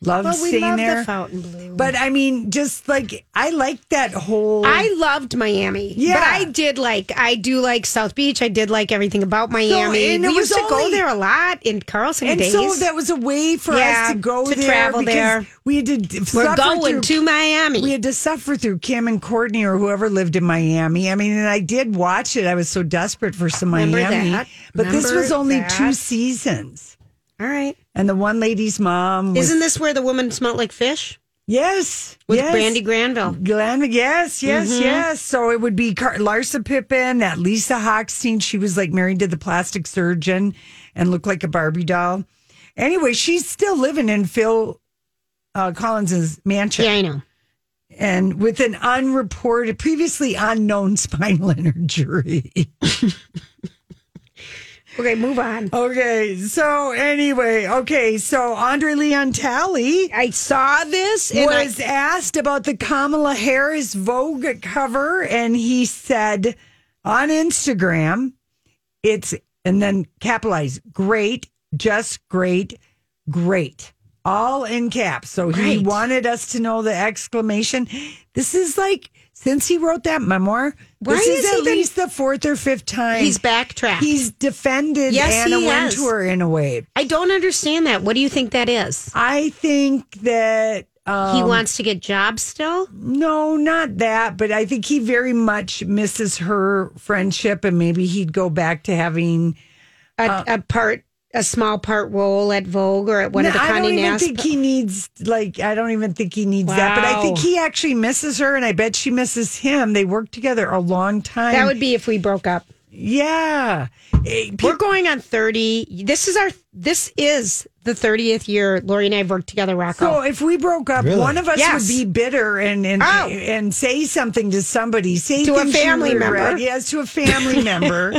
Speaker 2: Loved
Speaker 3: Well, we
Speaker 2: staying
Speaker 3: love the
Speaker 2: there.
Speaker 3: Fountain Blue.
Speaker 2: But I mean, just like I liked that whole.
Speaker 3: I loved Miami.
Speaker 2: Yeah.
Speaker 3: But I did like, I do like South Beach. I did like everything about Miami.
Speaker 2: and it
Speaker 3: we
Speaker 2: was
Speaker 3: used to go
Speaker 2: only-
Speaker 3: there a lot in Carlson
Speaker 2: and
Speaker 3: days.
Speaker 2: so that was a way for
Speaker 3: Yeah,
Speaker 2: us to go
Speaker 3: to
Speaker 2: there
Speaker 3: travel
Speaker 2: because
Speaker 3: there.
Speaker 2: We had to d-
Speaker 3: We're
Speaker 2: suffer
Speaker 3: going
Speaker 2: through
Speaker 3: to Miami.
Speaker 2: We had to suffer through Kim and Courtney or whoever lived in Miami. I mean, and I did watch it. I was so desperate for some
Speaker 3: Remember
Speaker 2: Miami.
Speaker 3: that.
Speaker 2: But this
Speaker 3: Remember
Speaker 2: was only
Speaker 3: that.
Speaker 2: two seasons.
Speaker 3: All right.
Speaker 2: And the one lady's mom was,
Speaker 3: Isn't this where the woman smelled like fish?
Speaker 2: yes
Speaker 3: With
Speaker 2: yes.
Speaker 3: Brandy Granville.
Speaker 2: Glenn, yes, yes, yes. So it would be Car- Larsa Pippen, that Lisa Hochstein. She was like married to the plastic surgeon and looked like a Barbie doll. Anyway, she's still living in Phil uh, Collins's mansion.
Speaker 3: Yeah, I know.
Speaker 2: and with an unreported, previously unknown spinal injury.
Speaker 3: Okay, move on.
Speaker 2: Okay, so anyway, okay, so Andre Leon Talley,
Speaker 3: I saw this and I-
Speaker 2: was asked about the Kamala Harris Vogue cover, and he said on Instagram, "It's and then capitalize great, just great, great." All in caps. So he
Speaker 3: Great.
Speaker 2: wanted us to know the exclamation. This is like since he wrote that memoir.
Speaker 3: Why
Speaker 2: this
Speaker 3: is
Speaker 2: is
Speaker 3: he
Speaker 2: at
Speaker 3: been-
Speaker 2: least the fourth or fifth time
Speaker 3: He's backtracked.
Speaker 2: He's defended
Speaker 3: Yes,
Speaker 2: Anna
Speaker 3: he has.
Speaker 2: Wintour in a way.
Speaker 3: I don't understand that. What do you think that is?
Speaker 2: I think that um,
Speaker 3: he wants to get jobs still?
Speaker 2: No, not that, but I think he very much misses her friendship, and maybe he'd go back to having.
Speaker 3: A,
Speaker 2: Uh,
Speaker 3: a part, a small part role at Vogue or at one
Speaker 2: No,
Speaker 3: of the
Speaker 2: I don't
Speaker 3: Condé
Speaker 2: even
Speaker 3: Nast.
Speaker 2: think he needs like I don't even think he needs that, but I think
Speaker 3: Wow.
Speaker 2: he actually misses her, and I bet she misses him. They worked together a long time.
Speaker 3: that would be if we broke up.
Speaker 2: yeah. Eh,
Speaker 3: We're going on 30. This is our, this is the 30th year Lori and I have worked together, Rocco.
Speaker 2: So if we broke up,
Speaker 1: Really?
Speaker 2: one of us
Speaker 3: Yes.
Speaker 2: would be bitter and and,
Speaker 3: Oh.
Speaker 2: and say something to somebody, say
Speaker 3: To a
Speaker 2: things you
Speaker 3: family
Speaker 2: regret.
Speaker 3: member.
Speaker 2: Yes, to a family member.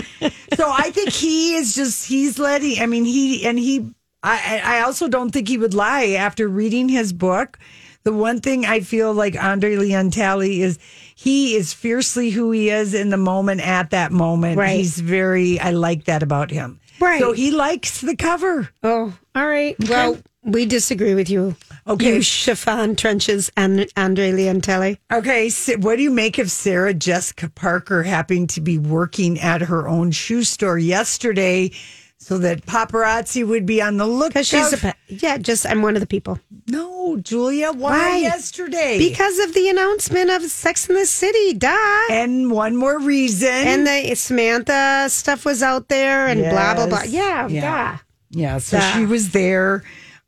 Speaker 2: So I think he is just he's letting. I mean, he and he. I I I also don't think he would lie after reading his book. The one thing I feel like Andre Leon Talley is he is fiercely who he is in the moment at that moment.
Speaker 3: Right.
Speaker 2: He's very I like that about him.
Speaker 3: Right.
Speaker 2: So he likes the cover.
Speaker 3: Oh, all right. Well, we disagree with you.
Speaker 2: Okay.
Speaker 3: You chiffon trenches and Andre Leontelli.
Speaker 2: Okay, so what do you make of Sarah Jessica Parker happening to be working at her own shoe store yesterday so that paparazzi would be on the lookout?
Speaker 3: Because she's a pe- yeah. Just I'm one of the people
Speaker 2: no, Julia, why,
Speaker 3: Why?
Speaker 2: yesterday?
Speaker 3: because of the announcement of Sex in the City. Duh.
Speaker 2: and one more reason.
Speaker 3: And the Samantha stuff was out there and blah blah blah.
Speaker 2: Yes.
Speaker 3: Yeah,
Speaker 2: Yeah.
Speaker 3: yeah.
Speaker 2: yeah, so
Speaker 3: Duh.
Speaker 2: she was there,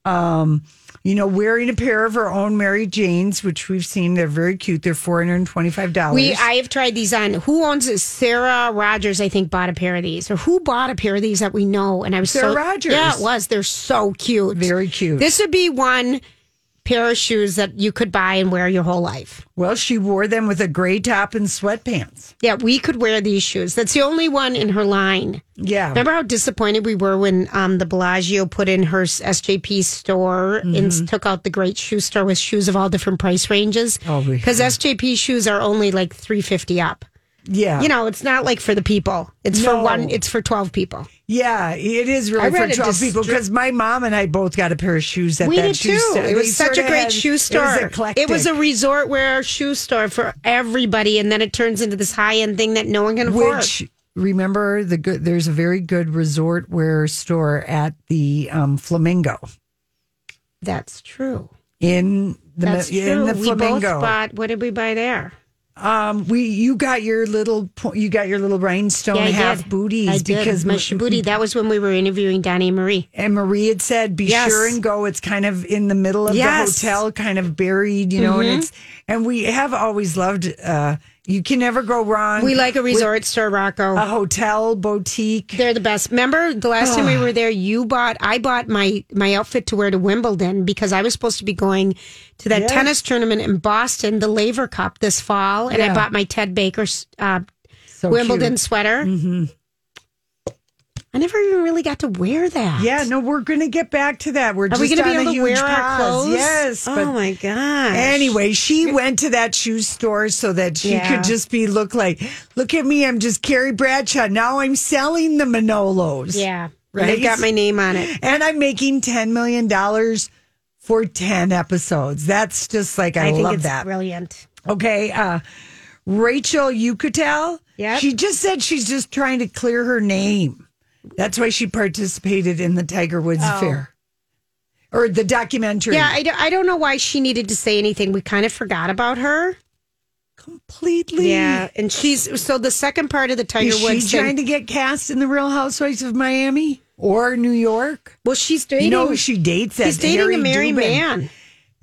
Speaker 2: um, you know, wearing a pair of her own Mary Janes, which we've seen. They're very cute. They're four hundred and twenty-five dollars.
Speaker 3: We I have tried these on. Who owns it? Sarah Rogers, I think, bought a pair of these. Or who bought a pair of these that we know? And I was
Speaker 2: Sarah
Speaker 3: so,
Speaker 2: Rogers.
Speaker 3: Yeah, it was. They're so cute.
Speaker 2: very cute.
Speaker 3: This would be one pair of shoes that you could buy and wear your whole life.
Speaker 2: well, she wore them with a gray top and sweatpants.
Speaker 3: Yeah, we could wear these shoes. That's the only one in her line.
Speaker 2: Yeah,
Speaker 3: Remember how disappointed we were when um, the Bellagio put in her s- SJP store
Speaker 2: Mm-hmm.
Speaker 3: and took out the great shoe store with shoes of all different price ranges?
Speaker 2: Oh, we-
Speaker 3: Because SJP shoes are only like three fifty up.
Speaker 2: yeah,
Speaker 3: You know, it's not like for the people. It's
Speaker 2: No.
Speaker 3: for one. It's for twelve people.
Speaker 2: Yeah, it is
Speaker 3: I
Speaker 2: really for
Speaker 3: read a
Speaker 2: 12 people
Speaker 3: distri-
Speaker 2: because my mom and I both got a pair of shoes at
Speaker 3: we
Speaker 2: that
Speaker 3: did
Speaker 2: shoe
Speaker 3: too.
Speaker 2: store.
Speaker 3: It
Speaker 2: We
Speaker 3: was such a
Speaker 2: sorta
Speaker 3: great
Speaker 2: had-
Speaker 3: shoe store.
Speaker 2: It was eclectic.
Speaker 3: a resort wear shoe store for everybody, and then it turns into this high end thing that no one can afford.
Speaker 2: which remember the good. There's a very good resort wear store at the um, Flamingo
Speaker 3: That's true.
Speaker 2: in the
Speaker 3: That's
Speaker 2: in
Speaker 3: true.
Speaker 2: the
Speaker 3: we both
Speaker 2: Flamingo.
Speaker 3: bought. What did we buy there?
Speaker 2: um, we you got your little po- you got your little rhinestone
Speaker 3: I
Speaker 2: half
Speaker 3: did.
Speaker 2: booties
Speaker 3: I did.
Speaker 2: because
Speaker 3: my
Speaker 2: M-
Speaker 3: shabuti. That was when we were interviewing Donnie and Marie.
Speaker 2: and Marie had said, "Be
Speaker 3: Yes.
Speaker 2: sure and go." It's kind of in the middle of
Speaker 3: Yes. Mm-hmm.
Speaker 2: the hotel, kind of buried, you know. And it's and we have always loved. Uh, you can never go wrong.
Speaker 3: We like a
Speaker 2: with
Speaker 3: resort store, Rocco.
Speaker 2: a hotel boutique.
Speaker 3: They're the best. Remember the last time we were there, you bought I bought my my outfit to wear to Wimbledon because I was supposed to be going to that
Speaker 2: Yes.
Speaker 3: tennis tournament in Boston, the Laver Cup this fall, and
Speaker 2: Yeah.
Speaker 3: I bought my Ted Baker uh,
Speaker 2: So
Speaker 3: Wimbledon
Speaker 2: cute.
Speaker 3: sweater. I never even really got to wear that.
Speaker 2: Yeah, no, we're going to get back to that. We're
Speaker 3: Are
Speaker 2: just
Speaker 3: we going to be
Speaker 2: on a
Speaker 3: able to
Speaker 2: huge
Speaker 3: wear our
Speaker 2: pause.
Speaker 3: clothes?
Speaker 2: Yes. but
Speaker 3: Oh my gosh.
Speaker 2: Anyway, she went to that shoe store so that she
Speaker 3: Yeah.
Speaker 2: could just be look like, look at me, I'm just Carrie Bradshaw. Now I'm selling the Manolos.
Speaker 3: Yeah.
Speaker 2: Right?
Speaker 3: They've got my name on it.
Speaker 2: And I'm making ten million dollars for ten episodes. That's just like I,
Speaker 3: I, think
Speaker 2: love
Speaker 3: it's
Speaker 2: that.
Speaker 3: brilliant.
Speaker 2: Okay, uh, Rachel Yucatel.
Speaker 3: Yep.
Speaker 2: she just said she's just trying to clear her name. That's why she participated in the Tiger Woods affair or the documentary.
Speaker 3: Oh. Yeah, I, don't- I don't know why she needed to say anything. We kind of forgot about her.
Speaker 2: completely.
Speaker 3: Yeah, and she's so the second part of the Tiger
Speaker 2: Is she
Speaker 3: Woods thing-
Speaker 2: trying to get cast in the Real Housewives of Miami or New York?
Speaker 3: well, she's dating.
Speaker 2: No, she dates that
Speaker 3: He's dating
Speaker 2: Harry
Speaker 3: a married
Speaker 2: Dubin.
Speaker 3: man.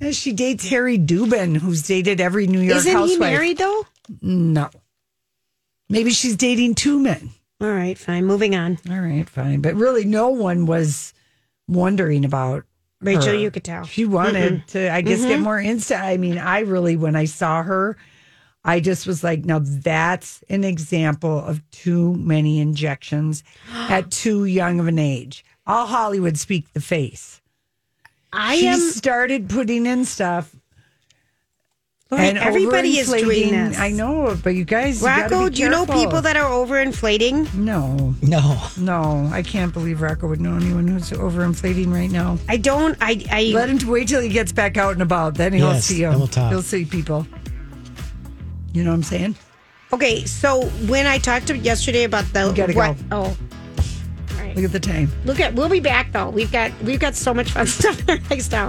Speaker 2: Yeah, she dates Harry Dubin, who's dated every New York
Speaker 3: Isn't he
Speaker 2: housewife.
Speaker 3: married though?
Speaker 2: No. Maybe she's dating two men.
Speaker 3: All right, fine. Moving on.
Speaker 2: All right, fine. But really, no one was wondering about
Speaker 3: Rachel,
Speaker 2: her.
Speaker 3: you could tell.
Speaker 2: She wanted
Speaker 3: Mm-mm.
Speaker 2: to, I guess, get
Speaker 3: Mhm.
Speaker 2: more insta. I mean, I really, when I saw her, I just was like, now that's an example of too many injections at too young of an age. All Hollywood speak the face.
Speaker 3: I
Speaker 2: she
Speaker 3: am-
Speaker 2: started putting in stuff.
Speaker 3: Lori, everybody is doing
Speaker 2: overinflating.
Speaker 3: this.
Speaker 2: I know, but you guys, you gotta
Speaker 3: Rocco,
Speaker 2: be
Speaker 3: do you know
Speaker 2: careful.
Speaker 3: people that are overinflating?
Speaker 2: No,
Speaker 1: No.
Speaker 2: no, I can't believe Rocco would know anyone who's overinflating right now.
Speaker 3: I don't. I. I
Speaker 2: Let him wait till he gets back out and about. Then he'll
Speaker 1: Yes,
Speaker 2: see him.
Speaker 1: then we'll talk.
Speaker 2: He'll see people. You know what I'm saying?
Speaker 3: Okay, so when I talked to yesterday about the
Speaker 2: gotta
Speaker 3: what?
Speaker 2: go.
Speaker 3: Oh,
Speaker 2: Look at the time.
Speaker 3: look at. We'll be back though. We've got we've got so much fun stuff in our next hour.